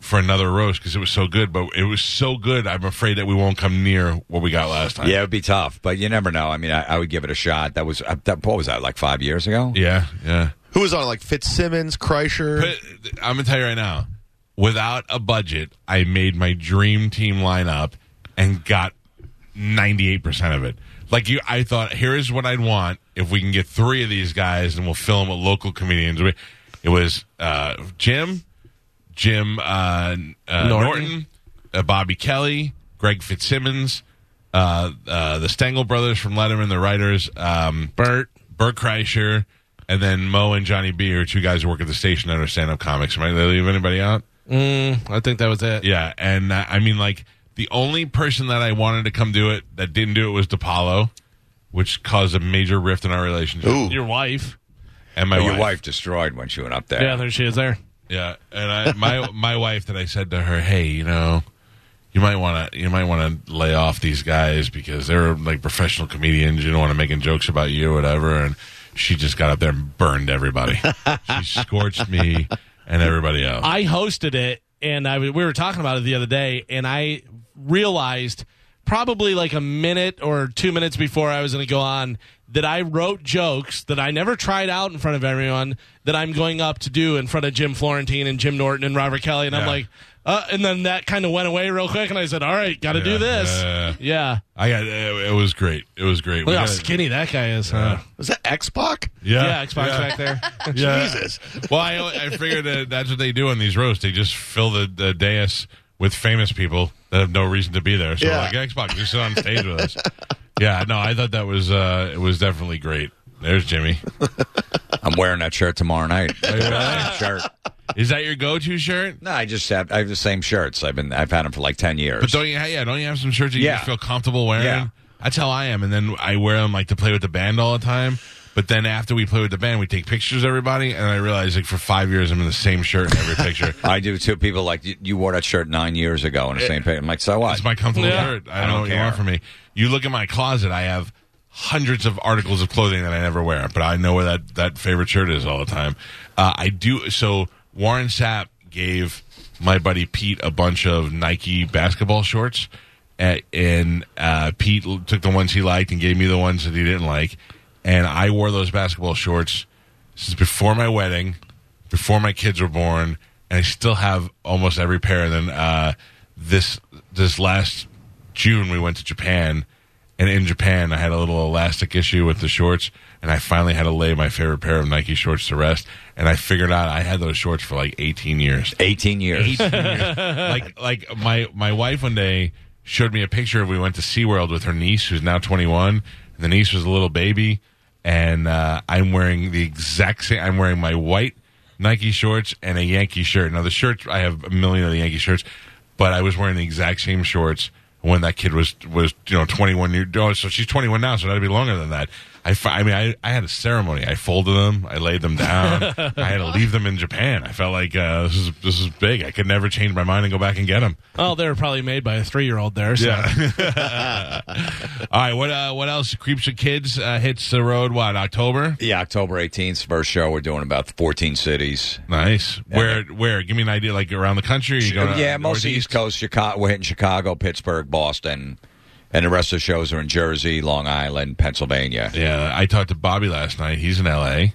for another roast? Because it was so good, but it was so good. I'm afraid that we won't come near what we got last time.
yeah, it would be tough, but you never know. I mean, I, I would give it a shot. That was, uh, that, what was that, like five years ago?
yeah, yeah.
Who was on it? Like Fitzsimmons, Kreischer.
But I'm gonna tell you right now, without a budget, I made my dream team lineup and got 98 percent of it. Like you, I thought, here is what I'd want if we can get three of these guys and we'll film with local comedians. We- It was uh, Jim, Jim uh, uh, Norton, uh, Bobby Kelly, Greg Fitzsimmons, uh, uh, the Stengel brothers from Letterman, the writers, um, Bert, Bert Kreischer, and then Mo and Johnny B are two guys who work at the station that are stand-up comics. Am I- Did I leave anybody out?
Mm, I think that was it.
Yeah, and uh, I mean, like the only person that I wanted to come do it that didn't do it was DePaulo, which caused a major rift in our relationship.
Ooh.
Your wife.
And my
Your wife. destroyed when she went up there.
Yeah, there she is there.
Yeah, and I, my my wife that I said to her, "Hey, you know, you might want to you might want to lay off these guys because they're like professional comedians. You don't want to making jokes about you or whatever." And she just got up there and burned everybody. she scorched me and everybody else.
I hosted it, and I w- we were talking about it the other day, and I realized probably like a minute or two minutes before I was going to go on that I wrote jokes that I never tried out in front of everyone that I'm going up to do in front of Jim Florentine and Jim Norton and Robert Kelly, and
Yeah.
I'm like, uh, and then that kind of went away real quick, and I said, all right, got to
Yeah,
do this.
yeah,
yeah.
I got it, it was great. It was great. We
Look how
got-
skinny that guy is. huh?
was that X Pac?
Yeah,
Yeah, Xbox back there.
Yeah.
Jesus.
Well, I, I figured that that's what they do on these roasts. They just fill the, the dais with famous people that have no reason to be there. So
Yeah.
like Xbox, just sit on stage with us. Yeah, no, I thought that was uh, it was definitely great. There's Jimmy.
I'm wearing that shirt tomorrow night. Same shirt.
Is that your go-to shirt?
No, I just have I have the same shirts. I've been I've had them for like ten years.
But don't you? Yeah, don't you have some shirts that you
Yeah.
just feel comfortable wearing?
Yeah.
That's how I am, and then I wear them like to play with the band all the time. But then after we play with the band, we take pictures of everybody, and I realize like for five years I'm in the same shirt in every picture.
I do too. People like you, you wore that shirt nine years ago on the same page. I'm like, so what?
It's my comfortable
Yeah.
shirt. I
I
don't know
don't
what you
care.
want from me. You look at my closet. I have hundreds of articles of clothing that I never wear, but I know where that that favorite shirt is all the time. Uh, I do. So Warren Sapp gave my buddy Pete a bunch of Nike basketball shorts, a- and uh, Pete l- took the ones he liked and gave me the ones that he didn't like, and I wore those basketball shorts since before my wedding, before my kids were born, and I still have almost every pair. And then uh, this this last June, we went to Japan, and in Japan, I had a little elastic issue with the shorts, and I finally had to lay my favorite pair of Nike shorts to rest. And I figured out I had those shorts for like 18 years.
Eighteen years.
18 years. like like my my wife one day showed me a picture of we went to SeaWorld with her niece who's now 21 and the niece was a little baby and uh, I'm wearing the exact same I'm wearing my white Nike shorts and a Yankee shirt. Now the shirts I have a million of the Yankee shirts but I was wearing the exact same shorts when that kid was was you know 21 year oh, so she's 21 now so that'd be longer than that I, fi- I mean I, I had a ceremony I folded them I laid them down I had to leave them in Japan I felt like uh, this is this is big I could never change my mind and go back and get them
Oh, they were probably made by a three-year-old there. So.
all right what uh, what else creeps of kids uh, hits the road what October
Yeah, October eighteenth, first show. We're doing about fourteen cities.
nice where where give me an idea like around the country you go to
yeah, most of the
Northeast?
East Coast. Chicago. We're hitting Chicago, Pittsburgh, Boston, and the rest of the shows are in Jersey, Long Island, Pennsylvania.
Yeah, I talked to Bobby last night. He's in L.A. I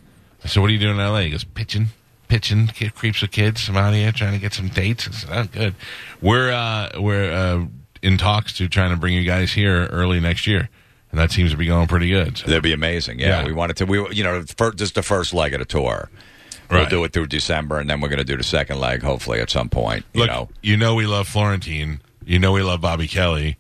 said, "What are you doing in L.A.?" He goes, "Pitching, pitching, kid, creeps with kids. I'm out here trying to get some dates." I said, "Oh, good. We're uh, we're uh, in talks to trying to bring you guys here early next year, and that seems to be going pretty good." So,
That'd be amazing. Yeah,
Yeah.
we wanted to. We you know fir- just the first leg of the tour. We'll
Right.
do it through December, and then we're going to do the second leg, hopefully at some point. You
Look,
know,
you know we love Florentine. You know we love Bobby Kelly.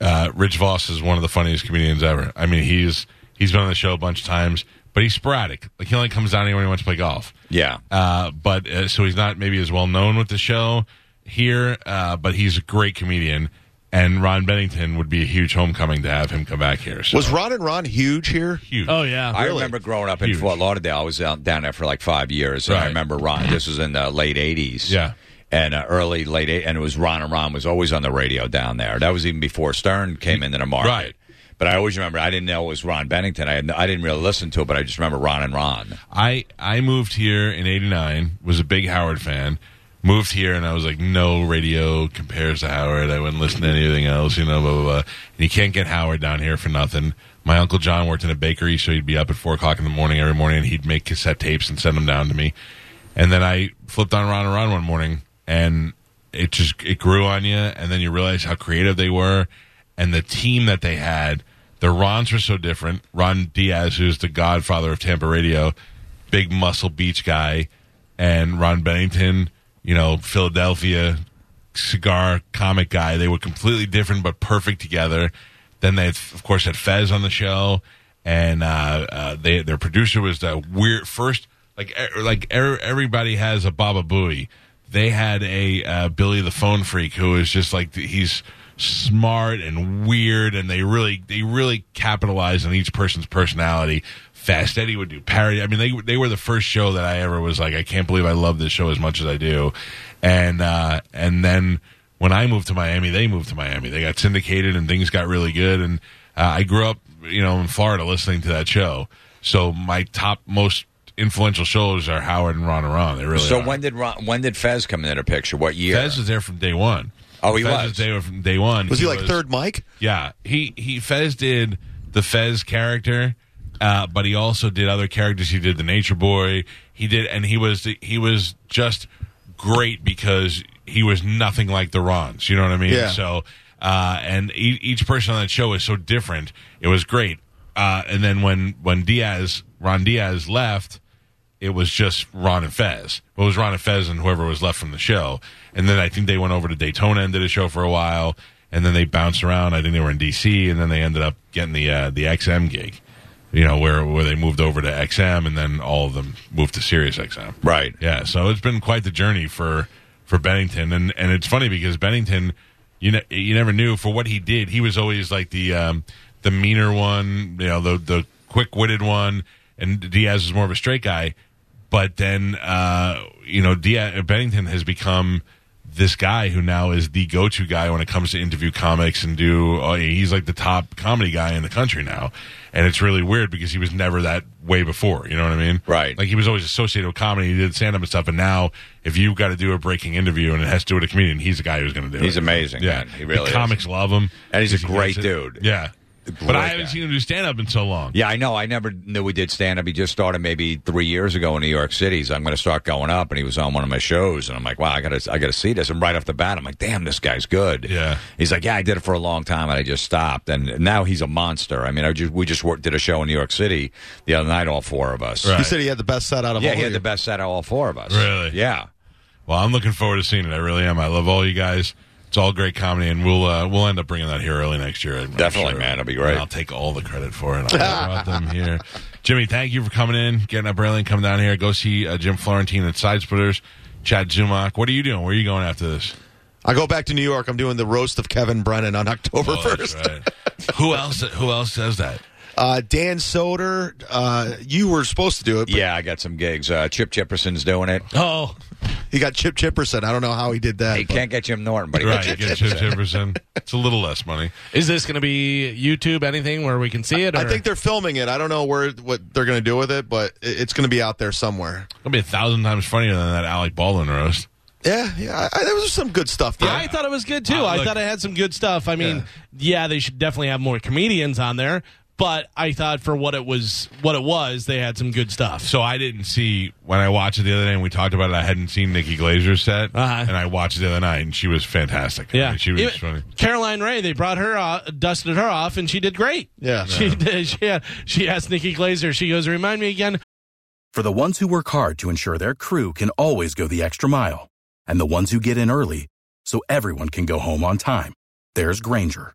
Uh, Rich Voss is one of the funniest comedians ever. I mean, he's he's been on the show a bunch of times, but he's sporadic. Like he only comes down here when he wants to play golf.
yeah.
Uh, but uh, so he's not maybe as well known with the show here, uh, but he's a great comedian. And Ron Bennington would be a huge homecoming to have him come back here. So
Was Ron and Ron huge here?
huge.
Oh, yeah.
I remember growing up in
Huge.
Fort Lauderdale. I was out, down there for like five years. And
Right.
I remember Ron. This was in the late '80s.
Yeah.
and uh, early late eight, and it was Ron and Ron was always on the radio down there. That was even before Stern came into the market.
Right.
But I always remember I didn't know it was Ron Bennington. I had, no- I didn't really listen to it, but I just remember Ron and Ron.
I I moved here in '89. Was a big Howard fan. Moved here and I was like, no radio compares to Howard. I wouldn't listen to anything else, you know, blah blah. blah. And you can't get Howard down here for nothing. My uncle John worked in a bakery, so he'd be up at four o'clock in the morning every morning, and he'd make cassette tapes and send them down to me. And then I flipped on Ron and Ron one morning, and it just it grew on you. And then you realize how creative they were, and the team that they had. The Rons were so different. Ron Diaz, who's the godfather of Tampa radio, big muscle beach guy, and Ron Bennington, you know, Philadelphia cigar comic guy. They were completely different but perfect together. Then they, had, of course, had Fez on the show, and uh, uh, they, their producer was the weird first. Like e- like er, everybody has a Baba Booey. They had a uh, Billy the Phone Freak who is just like he's smart and weird, and they really they really capitalized on each person's personality. Fast Eddie would do parody. I mean, they they were the first show that I ever was like, I can't believe I love this show as much as I do. And uh, and then when I moved to Miami, they moved to Miami. They got syndicated and things got really good. And uh, I grew up, you know, in Florida listening to that show. So my top most influential shows are Howard and Ron and Ron. They really
So
are.
when did Ron, when did Fez come into the picture? What year?
Fez was there from day one.
Oh, he
Fez
was.
there from day one.
Was he like third Mike?
Yeah, he he Fez did the Fez character, uh, but he also did other characters. He did the Nature Boy. He did, and he was he was just great because he was nothing like the Rons. You know what I mean?
Yeah.
So, uh, and e- each person on that show is so different. It was great. Uh, and then when when Diaz Ron Diaz left, it was just Ron and Fez. It was Ron and Fez and whoever was left from the show. And then I think they went over to Daytona and did a show for a while. And then they bounced around. I think they were in DC, and then they ended up getting the uh, the XM gig. You know where where they moved over to XM, and then all of them moved to Sirius XM.
Right.
Yeah. So it's been quite the journey for for Bennington, and and it's funny because Bennington, you know, you never knew for what he did. He was always like the um, the meaner one, you know, the the quick witted one, and Diaz was more of a straight guy. But then, uh, you know, Diaz, Bennington has become this guy who now is the go to guy when it comes to interview comics and do. oh, He's like the top comedy guy in the country now, and it's really weird because he was never that way before. You know what I mean?
Right.
Like like he was always associated with comedy. He did stand up and stuff, and now if you got to do a breaking interview and it has to do with a comedian, he's the guy who's going to do it.
He's amazing,
Yeah,
man. He really
the comics love him,
And he's a
He
great
gets it.
dude.
Yeah,
Great
but I haven't
guy.
seen him do stand up in so long.
Yeah, I know. I never knew we did stand up. He just started maybe three years ago in New York City. So I'm going to start going up, and he was on one of my shows, and I'm like, wow, I got to, I got to see this. And right off the bat, I'm like, damn, this guy's good.
Yeah.
He's like, yeah, I did it for a long time, and I just stopped, and now he's a monster. I mean, I just, we just worked, did a show in New York City the other night, all four of us.
Right.
You said he had the best set out of
Yeah,
all
he
of
had
you.
the best set of all four of us.
Really?
Yeah.
Well, I'm looking forward to seeing it. I really am. I love all you guys. It's all great comedy, and we'll uh, we'll end up bringing that here early next year. I'm
Definitely, man. It'll be great.
And I'll take all the credit for it. I brought them here. Jimmy, thank you for coming in, getting up early, and coming down here. Go see uh, Jim Florentine at Side Splitters. Chad Zumach, what are you doing? Where are you going after this?
I go back to New York. I'm doing the roast of Kevin Brennan on October
Oh, that's
1st.
right. who else? Who else says that?
Uh, Dan Soder, uh, you were supposed to do it, but
Yeah, I got some gigs. Uh, Chip Jefferson's doing it.
Oh,
he got Chip Chipperson. I don't know how he did that.
He
but-
can't get Jim Norton, but he
Right,
got
you
Chip
get Chip
Jefferson.
Jefferson. It's a little less money.
is this going to be YouTube? Anything where we can see it? Or?
I think they're filming it. I don't know where what they're going to do with it, but it- it's going to be out there somewhere.
It'll be a thousand times funnier than that Alec Baldwin roast.
Yeah, yeah. I, I- there was some good stuff there.
I thought it was good too.
Uh,
I
look-
thought it had some good stuff. I mean, yeah. they should definitely have more comedians on there. But I thought for what it was, what it was, they had some good stuff.
So I didn't see when I watched it the other day, and we talked about it. I hadn't seen Nikki Glazer's set,
Uh-huh.
and I watched it the other night, and she was fantastic. I
Yeah,
mean, she was
Even-
funny.
Caroline Ray, they brought her, off, dusted her off, and she did great.
Yeah.
she did. She, uh, she asked Nikki Glazer. She goes, "Remind me again
For the ones who work hard to ensure their crew can always go the extra mile, and the ones who get in early so everyone can go home on time, there's Granger,